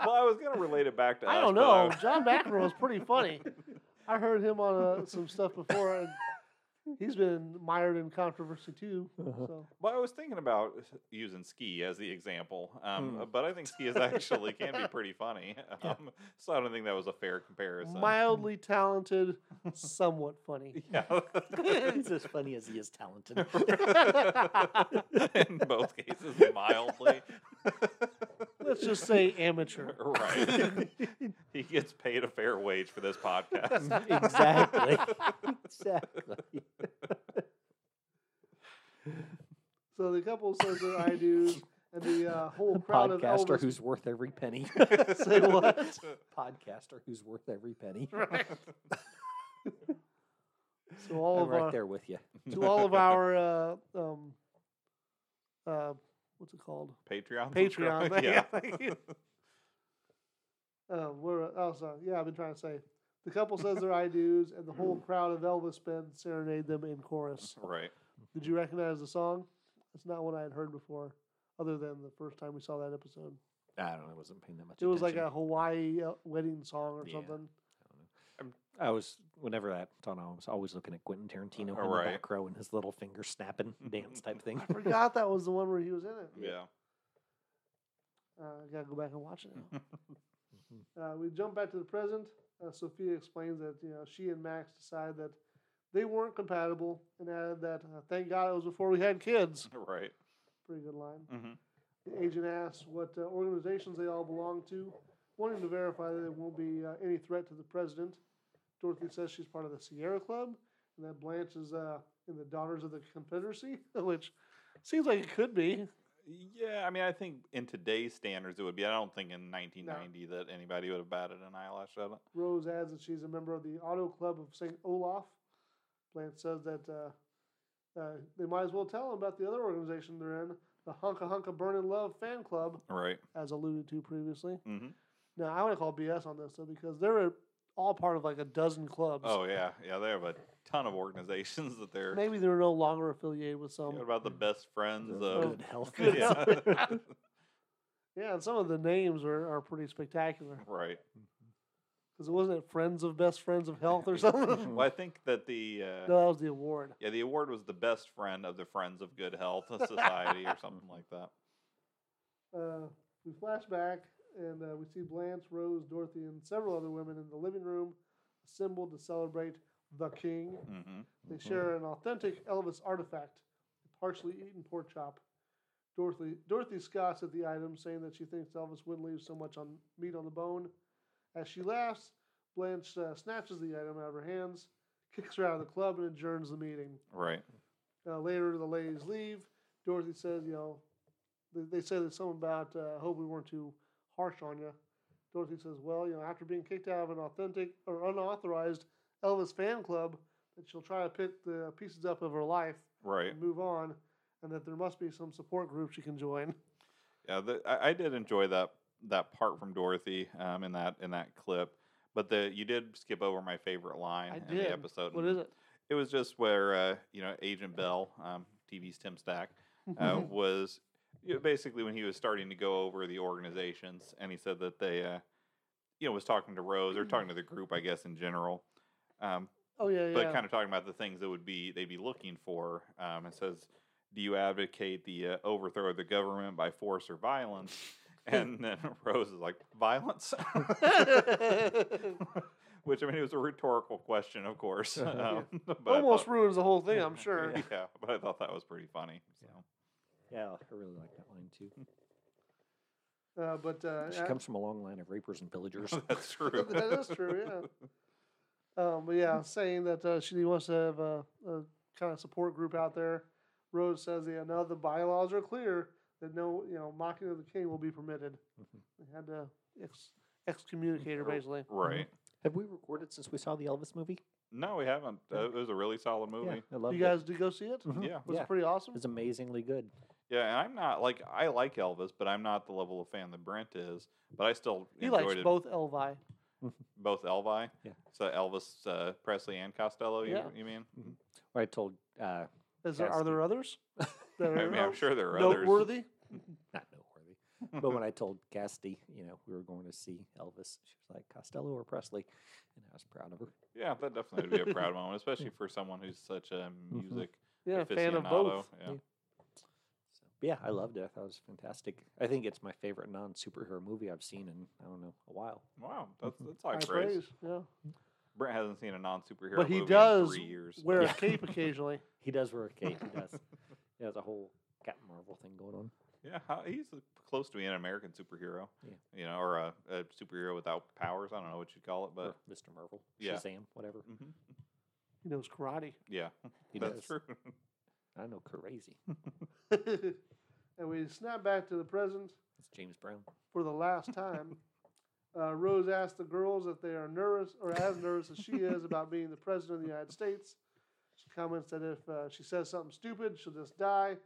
well, I was going to relate it back to.
I
us,
don't
but uh, I
know.
was-
John McEnroe was pretty funny. I heard him on uh, some stuff before, and he's been mired in controversy too.
Uh-huh.
So
Well, I was thinking about using ski as the example,
Hmm.
um,
Mm.
but I think ski is actually can be pretty
[laughs]
funny.
Yeah.
Um, So I don't think that was a fair comparison.
mildly talented, somewhat funny.
[laughs] yeah.
he's as funny as he is [laughs] talented.
[laughs] in both cases, mildly.
Let's just say [laughs] amateur.
[laughs] right. he gets paid a fair wage for this [laughs] podcast.
exactly.
[laughs]
exactly.
So the couple says their I do's, and the uh, whole
A
crowd of
podcaster
Elvis. [laughs]
who's worth every penny.
Say what?
[laughs] podcaster who's worth every penny.
Right. So all
I'm
of uh,
right
our,
there with you.
to all
[laughs]
of our uh, um, uh, what's it called?
[laughs] [laughs] Patreon.
Patreon.
subscribe-
[laughs] yeah, thank you. Uh, we're also yeah. I've been trying to say the couple says their I do's, and the whole crowd of Elvis men serenade them in chorus.
Right.
Did you recognize the song? It's not one I had heard before, other than the first time we saw that episode.
I don't know. I wasn't paying that much.
It was like
attention.
a Hawaii uh, wedding song or
Yeah.
something.
I was whenever that on, I was always looking at Quentin Tarantino in
Alright.
the back row and his little
[laughs]
finger snapping dance type thing.
I forgot that was the one where he was in it.
Yeah.
Uh, I gotta go back and watch it now. Uh, we jump back to the present. Uh, Sophia explains that you know she and Max decide that they weren't compatible, and added that uh, thank God it was before we had kids.
Right.
Pretty good line.
hmm
The agent asks what uh, organizations they all belong to, wanting to verify that there won't be uh, any threat to the president. Dorothy says she's part of the Sierra Club, and that Blanche is uh, in the Daughters of the Confederacy, [laughs] which seems like it could be.
Yeah, I mean, I think in today's standards it would be. I don't think in 1990 that anybody would have batted an eyelash at it.
Rose adds that she's a member of the Auto Club of St. Olaf. Blanche says that uh, uh, they might as well tell them about the other organization they're in, the Hunka Hunka Burnin' Love Fan Club,
Right.
as alluded to previously.
hmm
Now, I want to call BS on this, though, because they're all part of like a dozen clubs.
Oh yeah, yeah. They have a ton of organizations that they're
Maybe they're no longer affiliated with
you
some.
know, about the best friends of.
[laughs] good health.
Good
[laughs] Yeah.
health. Yeah, and some of the names are, are pretty spectacular.
right.
Because it wasn't it Friends of Best Friends of Health or
[laughs]
something?
Well, I think that the uh,
no, that was the award.
yeah the award was the best friend of the Friends of Good Health Society or something like that.
uh, we flash back and uh, we see Blanche, Rose, Dorothy, and several other women in the living room assembled to celebrate the king.
hmm
They
Mm-hmm.
share an authentic Elvis artifact, a partially eaten pork chop. Dorothy Dorothy scoffs at the item, saying that she thinks Elvis wouldn't leave so much on meat on the bone. As she laughs, Blanche uh, snatches the item out of her hands, kicks her out of the club, and adjourns the meeting.
Right.
Uh, later, the ladies leave. Dorothy says, you know, they, they say that something about, uh, hope we weren't too harsh on you. Dorothy says, well, you know, after being kicked out of an authentic or unauthorized Elvis fan club, that she'll try to pick the pieces up of her life
Right.
and move on, and that there must be some support group she can join.
Yeah, the, I, I did enjoy that that part from Dorothy um, in that in that clip, but the you did skip over my favorite line
I
in
did.
the episode.
What
and
is it?
It was just where uh, you know Agent Bell, um, TV's Tim
[laughs]
Stack, uh, was you know, basically when he was starting to go over the organizations, and he said that they, uh, you know, was talking to Rose or talking to the group, I guess in general. Um,
oh, yeah, yeah.
but kind of talking about the things that would be they'd be looking for. Um, it says, "Do you advocate the uh, overthrow of the government by force or violence?"
[laughs]
and then [laughs] Rose is like, "Violence," [laughs] which I mean, it was a rhetorical question, of
[laughs]
course. Um, [laughs] but I
Almost
thought-
ruins the whole
[laughs]
thing, I'm sure.
yeah, but I thought that was pretty funny. So.
Yeah, I really like that line too.
Uh, but uh,
She
a-
comes from a long line of rapers and pillagers.
[laughs] That's true.
[laughs] that is true, yeah. Um, but yeah, saying that uh, she wants to have a, a kind of support group out there. Rose says, yeah, now the bylaws are clear that no, you know, mocking of the king will be permitted.
Mm-hmm.
Mhm.
They had to ex- excommunicate her, basically.
[laughs] right.
Have we recorded since we saw the Elvis movie?
Mm-hmm.
No, we haven't. Uh, it was a really solid
Yeah,
movie.
I love
You guys did go see
[laughs]
it?
Mhm.
Yeah.
Was
Yeah.
it pretty awesome?
It's amazingly good.
Yeah, and I'm not like I like Elvis, but I'm not the level of fan that Brent is. But I still
He
enjoyed
likes
it.
both Elvi.
both Elvi.
Yeah.
So Elvis uh, Presley and Costello. You,
Yeah.
you mean?
I told, uh,
Is there,
Yes.
are
[laughs]
there others? That
I
are
mean, I'm
out-
sure there are others.
noteworthy?
not noteworthy, but when I told Casty, you know, we were going to see Elvis, she was like Costello or Presley, and I was proud of her.
Yeah, that definitely
[laughs]
would be a proud moment, especially for someone who's such a music
Mm-hmm. Yeah, fan of
aficionado.
both.
Yeah.
So, but yeah, I loved it. I thought it was fantastic. I think it's my favorite non superhero movie I've seen in I don't know a while.
Wow, that's that's
Mm-hmm. High
high praise.
praise. Yeah.
Brent hasn't seen a non-superhero,
But he
movie in
does
three years.
Wear a
Yeah.
cape occasionally.
He does wear a cape. He does. He has a whole Captain Marvel thing going on.
[laughs] Yeah, how, he's uh, close to being an American superhero.
Yeah.
You know, or a, a superhero without powers. I don't know what you'd call it,
Or
but
Mr. Marvel,
yeah.
Shazam, whatever.
Mhm.
He knows karate.
yeah, [laughs]
He
that's
does.
true.
[laughs]
I know, crazy.
and we snap back to the present
It's James Brown.
for the last time. Uh, Rose asks the girls if they are nervous or as nervous as she is about being the president of the United States. She comments that if uh, she says something stupid, she'll just die.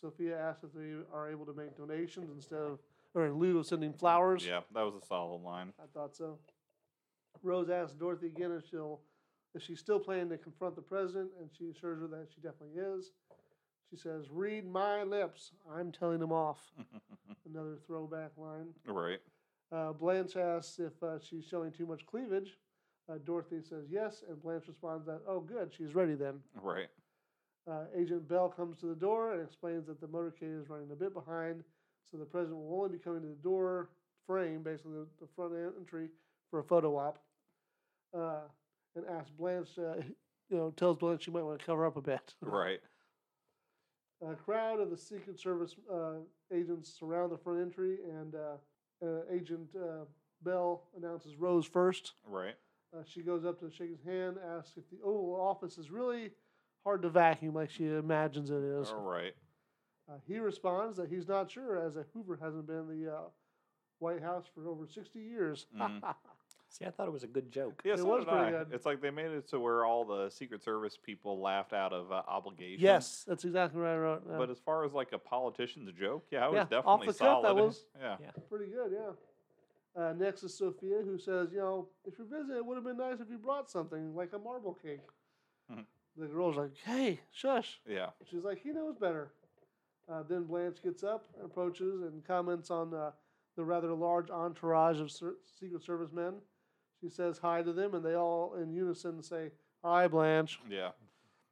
Sophia asks if they are able to make donations instead of, or in lieu of sending flowers.
Yeah, that was a solid line. [laughs]
I thought so. Rose asks Dorothy again if she'll if she's still planning to confront the president, and she assures her that she definitely is. She says, "Read my lips. I'm telling him off." Another throwback line.
right.
Uh, Blanche asks if uh, she's showing too much cleavage. Uh, Dorothy says yes, and Blanche responds that, "Oh, good, she's ready then." [laughs]
Right.
Uh, Agent Bell comes to the door and explains that the motorcade is running a bit behind, so the president will only be coming to the door frame, basically the, the front entry, for a photo op. Uh, and asks Blanche, uh, [laughs] you know, tells Blanche she might want to cover up a bit. [laughs]
Right.
A crowd of the Secret Service uh, agents surround the front entry, and uh, uh, Agent uh, Bell announces Rose first.
Right.
Uh, she goes up to shake his hand, asks if the Oval Office is really hard to vacuum like she imagines it is.
All right.
Uh, he responds that he's not sure, as a Hoover hasn't been in the uh, White House for over 60 years. [laughs]
Mhm.
See, I thought it was a good joke.
Yeah,
It
so
was
did
pretty
I.
good.
It's like they made it to where all the Secret Service people laughed out of uh, obligation.
yes, that's exactly what I wrote. uh, yeah.
But as far as like a politician's joke, yeah, it was
Yeah,
definitely
off the cuff,
solid.
that was-
[laughs] yeah.
Yeah.
pretty good, yeah. Uh, next is Sophia, who says, you know, if you're busy, it would have been nice if you brought something, like a marble cake.
Mhm.
The girl's like, hey, shush.
Yeah.
She's like, he knows better. Uh, then Blanche gets up, approaches, and comments on uh, the rather large entourage of ser- Secret Service men. She says hi to them, and they all in unison say, Hi, Blanche.
Yeah.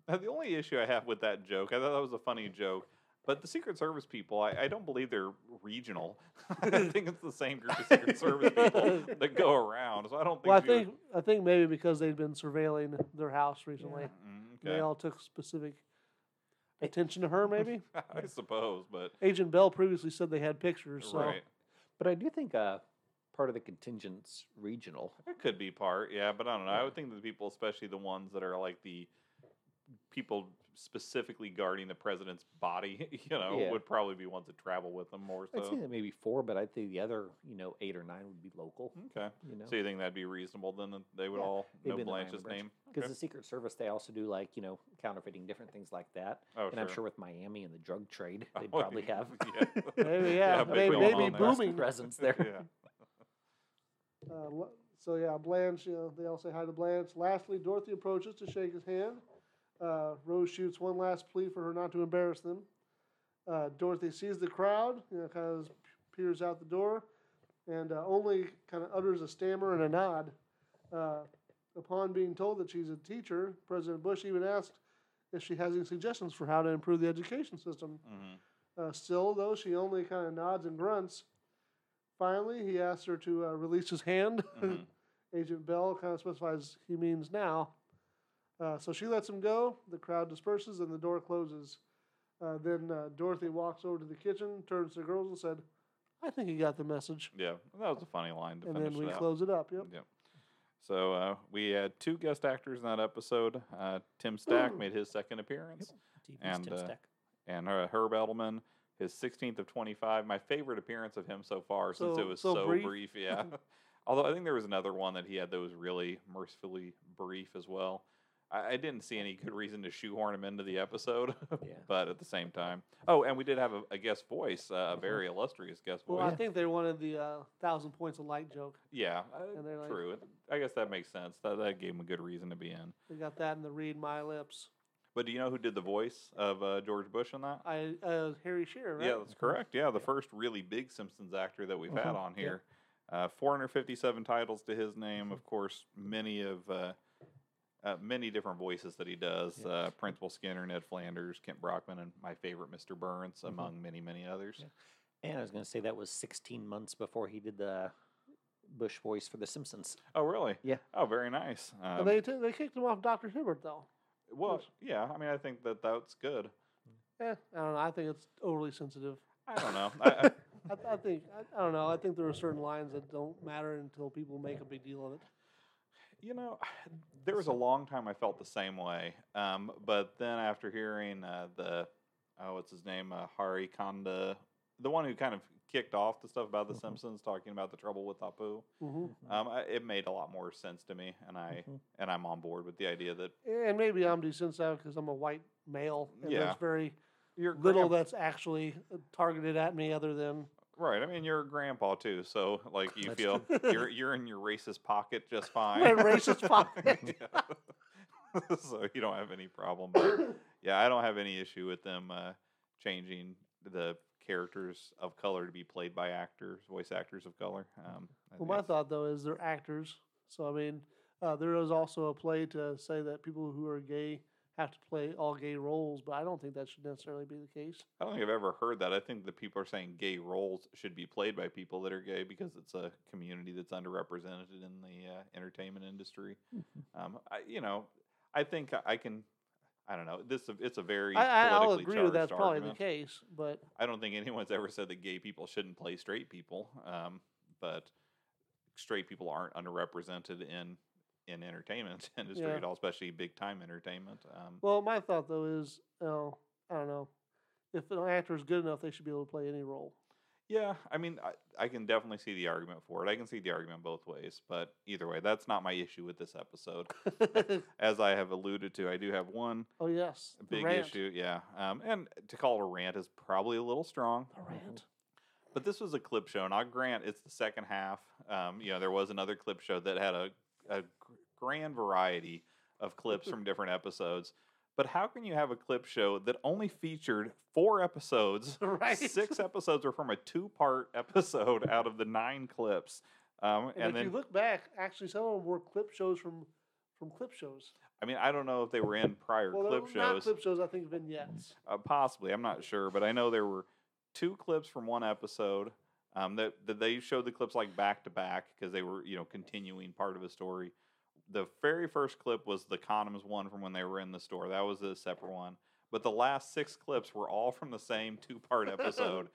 Now, the only issue I have with that joke, I thought that was a funny joke, but the Secret Service people, I, I don't believe they're regional. [laughs] I think it's the same group of Secret Service
[laughs]
people that go around. So I don't think.
Well, I
she would-
think I think maybe because they'd been surveilling their house recently,
Mm,
they
okay.
all took specific attention to her. Maybe
[laughs] I suppose, but
Agent Bell previously said they had pictures, so
right,
But I do think uh, part of the contingent's regional.
it could be part. Yeah, but I don't know. I would think that the people, especially the ones that are like the people specifically guarding the president's body, [laughs] you know,
Yeah.
would probably be ones that travel with them more
I'd say
so.
that maybe four, but I'd say the other, you know, eight or nine would be local.
Okay.
You know,
Mm-hmm. So you think that'd be reasonable then? that They would
Yeah,
all
they'd
know
be in the
Blanche's
Miami
name.
branch. because
Okay.
the Secret Service they also do like you know counterfeiting different things like that.
Oh, [laughs]
and I'm sure with Miami and the drug trade, they
Oh,
probably have
yeah.
maybe
[laughs]
[laughs]
yeah,
Yeah, big
maybe,
going
maybe
on there.
booming.
presence there.
[laughs]
[laughs]
yeah.
Uh, lo- so yeah, Blanche. You know, they all say hi to Blanche. Lastly, Dorothy approaches to shake his hand. Uh, Rose shoots one last plea for her not to embarrass them. Uh, Dorothy sees the crowd, you know, kind of peers out the door, and uh, only kind of utters a stammer and a nod. Uh, upon being told that she's a teacher, President Bush even asked if she has any suggestions for how to improve the education system.
hmm
Uh, still, though, she only kind of nods and grunts. Finally, he asks her to uh, release his hand.
Mhm.
[laughs] Agent Bell kind of specifies he means now. Uh, so she lets him go. The crowd disperses and the door closes. Uh, then uh, Dorothy walks over to the kitchen, turns to the girls, and said, "I think he got the message."
Yeah, that was a funny line to
and
finish
then we
it out.
close it up. Yep.
Yep. So uh, we had two guest actors in that episode. Uh, Tim Stack made his second appearance,
TV's
And,
Tim
uh,
Stack.
and uh, Herb Edelman, his 16th of 25. My favorite appearance of him so far, since it
So-
was so,
so
brief.
brief. [laughs]
Yeah. [laughs] Although I think there was another one that he had that was really mercifully brief as well. I, I didn't see any good reason to shoehorn him into the episode, [laughs]
Yeah.
but at the same time, oh, and we did have a, a guest voice, uh, a very illustrious guest
Mm-hmm. Well,
voice.
I think they wanted the uh, thousand points of light joke.
[laughs] Yeah,
And
uh,
they're like-
true. It- I guess that makes sense. That, that gave him a good reason to be in.
They got that in the "Read My Lips."
But do you know who did the voice of uh, George Bush in that?
I uh, Harry Shearer, right?
Yeah, that's correct. Yeah, the
Yeah.
first really big Simpsons actor that we've had
Mhm.
on
Yeah.
here. Uh, 457 titles to his name. Of course, many of uh, uh, many different voices that he does.
Yeah.
Uh, Principal Skinner, Ned Flanders, Kent Brockman, and my favorite Mr. Burns, among many many others.
Yeah. And I was going to say that was 16 months before he did the Bush voice for The Simpsons.
Oh, really?
Yeah.
Oh, very nice.
And
Um,
they t- they kicked him off Doctor Hibbert though.
well, yeah. I mean, I think that that's good.
Eh, I don't know. I think it's overly sensitive.
I don't know. I, I,
I, I think I, I don't know. I think there are certain lines that don't matter until people make a big deal of it.
You know, [sighs] there was a long time I felt the same way. Um, but then after hearing uh, the, oh, what's his name? Uh, Hari Kanda, the one who kind of kicked off the stuff about The Simpsons, talking about the trouble with Apu,
hmm
Mm-hmm.
um, I, it made a lot more sense to me, and I
Mhm.
and I'm on board with the idea that
And maybe I'm desensitized because I'm a white male. And
Mm-hmm. Yeah.
There's very
your
little
grand-
that's actually uh, targeted at me other than
right. I mean, you're a grandpa too, so like you
That's
feel you're you're in your racist pocket just fine.
[laughs] my racist pocket.
[laughs] Yeah. [laughs] so you don't have any problem. But yeah, I don't have any issue with them uh, changing the characters of color to be played by actors, voice actors of color. Um, I
Well,
think
my
it's-
thought though is they're actors, so I mean, uh, there is also a play to say that people who are gay have to play all gay roles, but I don't think that should necessarily be the case.
I don't think I've ever heard that. I think that people are saying gay roles should be played by people that are gay because it's a community that's underrepresented in the uh, entertainment industry.
Mm-hmm.
Um, I, you know, I think I- I can. I don't know. This is- it's a very
I, I, I'll
politically
agree with that's
charged
probably
argument.
the case, but
I don't think anyone's ever said that gay people shouldn't play straight people, um, but straight people aren't underrepresented in in entertainment [laughs] industry
Yeah.
at all, especially big time entertainment. Um,
well, my thought though is, you know, I don't know, if an actor is good enough, they should be able to play any role. [laughs]
yeah, I mean, I, I can definitely see the argument for it. I can see the argument both ways, but either way, that's not my issue with this episode. As I have alluded to, I do have one
oh yes, the
big
rant.
issue. Yeah, um, and to call it a rant is probably a little strong.
The [laughs] rant.
But this was a clip show, and I grant it's the second half. Um, you know, there was another clip show that had a, a gr- grand variety of clips from different episodes. But how can you have a clip show that only featured four episodes?
right?
Six episodes were from a two part episode out of the nine clips. Um, and
And, if
then,
you look back, actually, some of them were clip shows from from clip shows.
I mean, I don't know if they were in prior
Well,
clip
they're not
shows.
clip shows. I think vignettes.
uh, possibly. I'm not sure, but I know there were two clips from one episode. Um, that, that they showed the clips like back to back because they were you know continuing part of a story. The very first clip was the condoms one from when they were in the store. That was a separate one. But the last six clips were all from the same two part episode.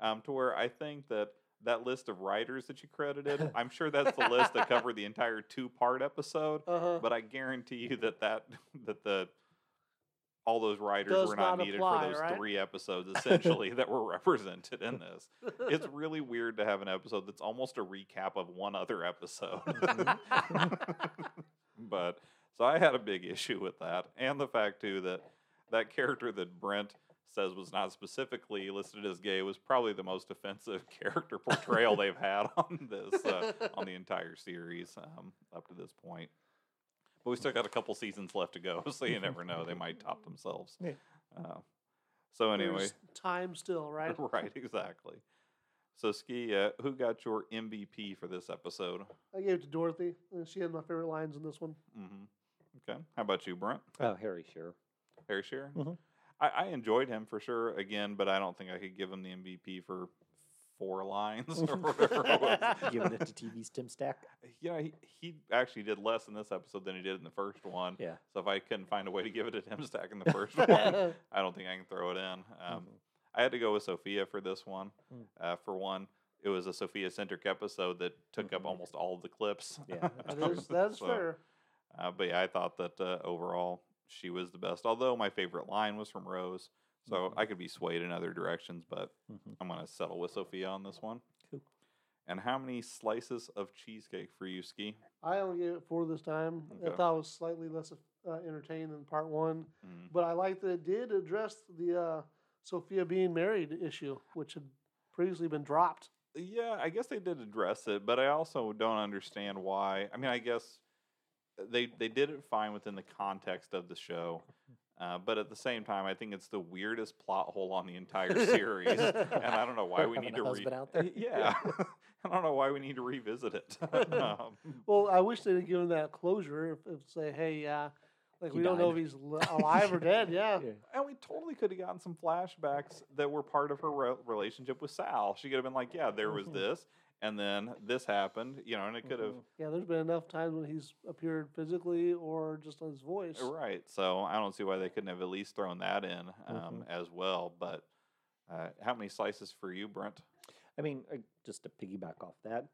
um, to where I think that that list of writers that you credited, I'm sure that's the list that covered the entire two part episode
Uh huh.
but I guarantee you that that [laughs] that the all those writers
Does
were not,
not
needed
apply,
for those
right?
three
[laughs]
episodes essentially that were represented in this. It's really weird to have an episode that's almost a recap of one other episode.
Mm-hmm.
[laughs] but so I had a big issue with that and the fact too that that character that Brent says was not specifically listed as gay was probably the most offensive [laughs] character portrayal they've had on this
[laughs]
uh, on the entire series um, up to this point. But we still got a couple seasons left to go, [laughs] so you never
[laughs]
know; they might top themselves.
Yeah.
Uh, so anyway,
There's time still,
[laughs]
right?
right, exactly. So Ski, uh, who got your MVP for this episode?
I gave it to Dorothy. and She had my favorite lines
[laughs]
in this one.
hmm Okay, how about you, Brent?
Oh, Harry,
[laughs]
sure.
Harry Shearer.
Mhm.
I, I enjoyed him for sure again, but I don't think I could give him the MVP for four lines
[laughs]
or whatever it was.
Giving it to TV's Tim Stack.
[laughs] You know, he, he actually did less in this episode than he did in the first one.
Yeah.
So if I couldn't find a way to give it to Tim Stack
[laughs]
in the first one, I don't think I can throw it in. Um,
Mhm.
I had to go with Sophia for this one.
Mm.
Uh, for one, it was a Sophia centric episode that took up
Mhm.
almost all of the clips.
[laughs] Yeah.
[laughs] That is, that is
So-
fair.
[laughs] Uh, but yeah, I thought that uh, overall she was the best. Although my favorite line was from Rose, so
Mhm.
I could be swayed in other directions, but
Mhm.
I'm gonna settle with Sophia on this one.
Cool.
And how many slices of cheesecake for you, Ski?
I only gave it four this time. I
Okay.
thought it was slightly less uh, entertaining than part one,
Mm.
but I like that it did address the uh, Sophia being married issue, which had previously been dropped.
Yeah, I guess they did address it, but I also don't understand why. I mean, I guess uh, they they did it fine within the context of the
[laughs]
show. Uh, but at the same time, I think it's the weirdest plot hole on the entire
[laughs]
series. and I don't know why
Or
we
having
need to
a
re-
husband
[laughs]
out there. [laughs]
Yeah, I don't know why we need to revisit it. [laughs] um,
Well, I wish they'd have given that closure. If, if say, hey, uh, like
He
we don't know if
died.
he's li- alive or
[laughs]
dead. Yeah.
and we totally could have gotten some flashbacks that were part of her re- relationship with Sal. She could have been like, "Yeah, there was
[laughs] Mhm.
this, and then this happened," you know, and it could
Mm-hmm.
have.
Yeah, there's been enough times when he's appeared physically or just on his voice. [laughs]
Right. So I don't see why they couldn't have at least thrown that in um,
Mm-hmm.
as well. But uh, how many slices for you, Brent?
I mean, uh, just to piggyback off that,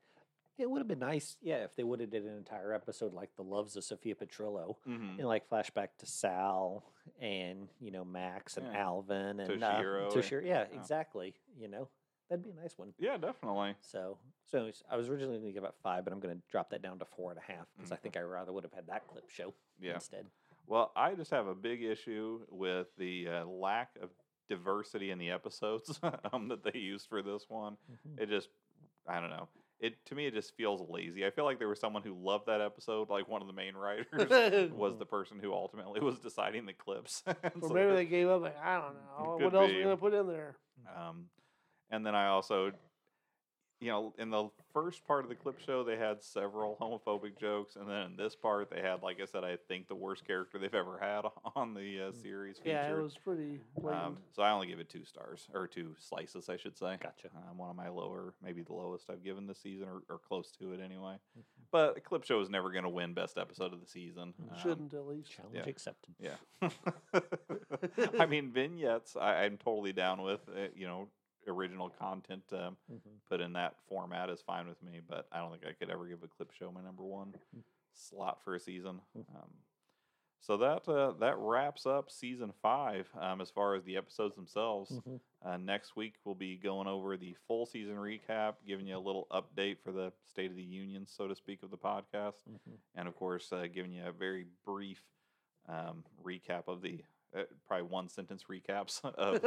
it would have been nice, yeah, if they would have did an entire episode like the loves of Sophia Petrillo,
Mm-hmm.
and like flashback to Sal and you know Max and
Yeah.
Alvin and
Toshiro
Uh,
and-
Toshiro. Yeah,
yeah.
exactly. You know, that'd That'd be a nice one.
Yeah, definitely.
So, so anyways, I was originally going to give out five, but I'm going to drop that down to four and a half because I
Mhm.
think I rather would have had that clip show
Yeah.
instead.
Well, I just have a big issue with the uh, lack of diversity in the episodes [laughs] um, that they used for this one.
Mm-hmm.
Mm.
It just, I don't know. It to me, it just feels lazy. I feel like there was someone who loved that episode, like one of the main
[laughs]
writers was the person who ultimately was deciding the clips. [laughs] And
Or
so
maybe
there-
they gave up. Like I don't know.
could
What else
be.
are we gonna put in there?
Um, and then I also, you know, in the first part of the clip show, they had several homophobic jokes, and then in this part, they had, like I said, I think the worst character they've ever had [laughs] on the uh, series.
Mm. Yeah, it
featured.
was pretty blatant.
Um, so I only give it two stars or two slices, I should say.
Gotcha.
Um, one of my lower, maybe the lowest I've given this season, or, or close to it anyway.
Mm-hmm.
But a clip show is never going to win best episode of the season.
Mm.
Um,
Shouldn't at least.
Challenge
yeah.
accepted.
Yeah. [laughs] I mean, vignettes, I, I'm totally down with. Uh, you know, original content um,
Mhm.
put in that format is fine with me, but I don't think I could ever give a clip show my number one slot for a season. Um, so that uh, that wraps up season five um, as far as the episodes themselves.
Mhm.
Uh, next week we'll be going over the full season recap, giving you a little update for the state of the union, so to speak, of the podcast,
Mhm.
and of course uh, giving you a very brief um, recap of the uh, probably one sentence recaps [laughs] of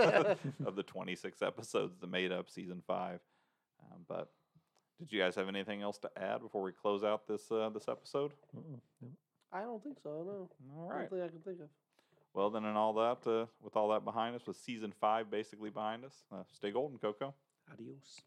of the twenty six episodes that made up season five. Um, but did you guys have anything else to add before we close out this uh, this episode?
Mm-mm.
I don't think so. No.
All
I
right.
don't think I can think of.
Well, then, and all that, uh, with all that behind us, with season five basically behind us, uh, stay golden, Coco.
Adios.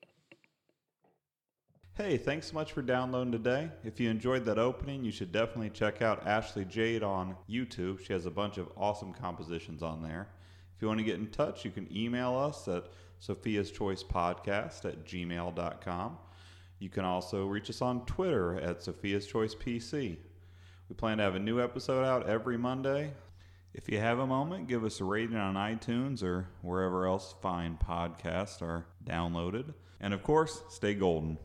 Hey, thanks so much for downloading today. If you enjoyed that opening, you should definitely check out Ashley Jade on YouTube. She has a bunch of awesome compositions on there. If you want to get in touch, you can email us at Sophia's Choice Podcast at gmail.com. You can also reach us on Twitter at Sophia's Choice PC. We plan to have a new episode out every Monday. If you have a moment, give us a rating on iTunes or wherever else fine podcasts are downloaded. And of course, stay golden.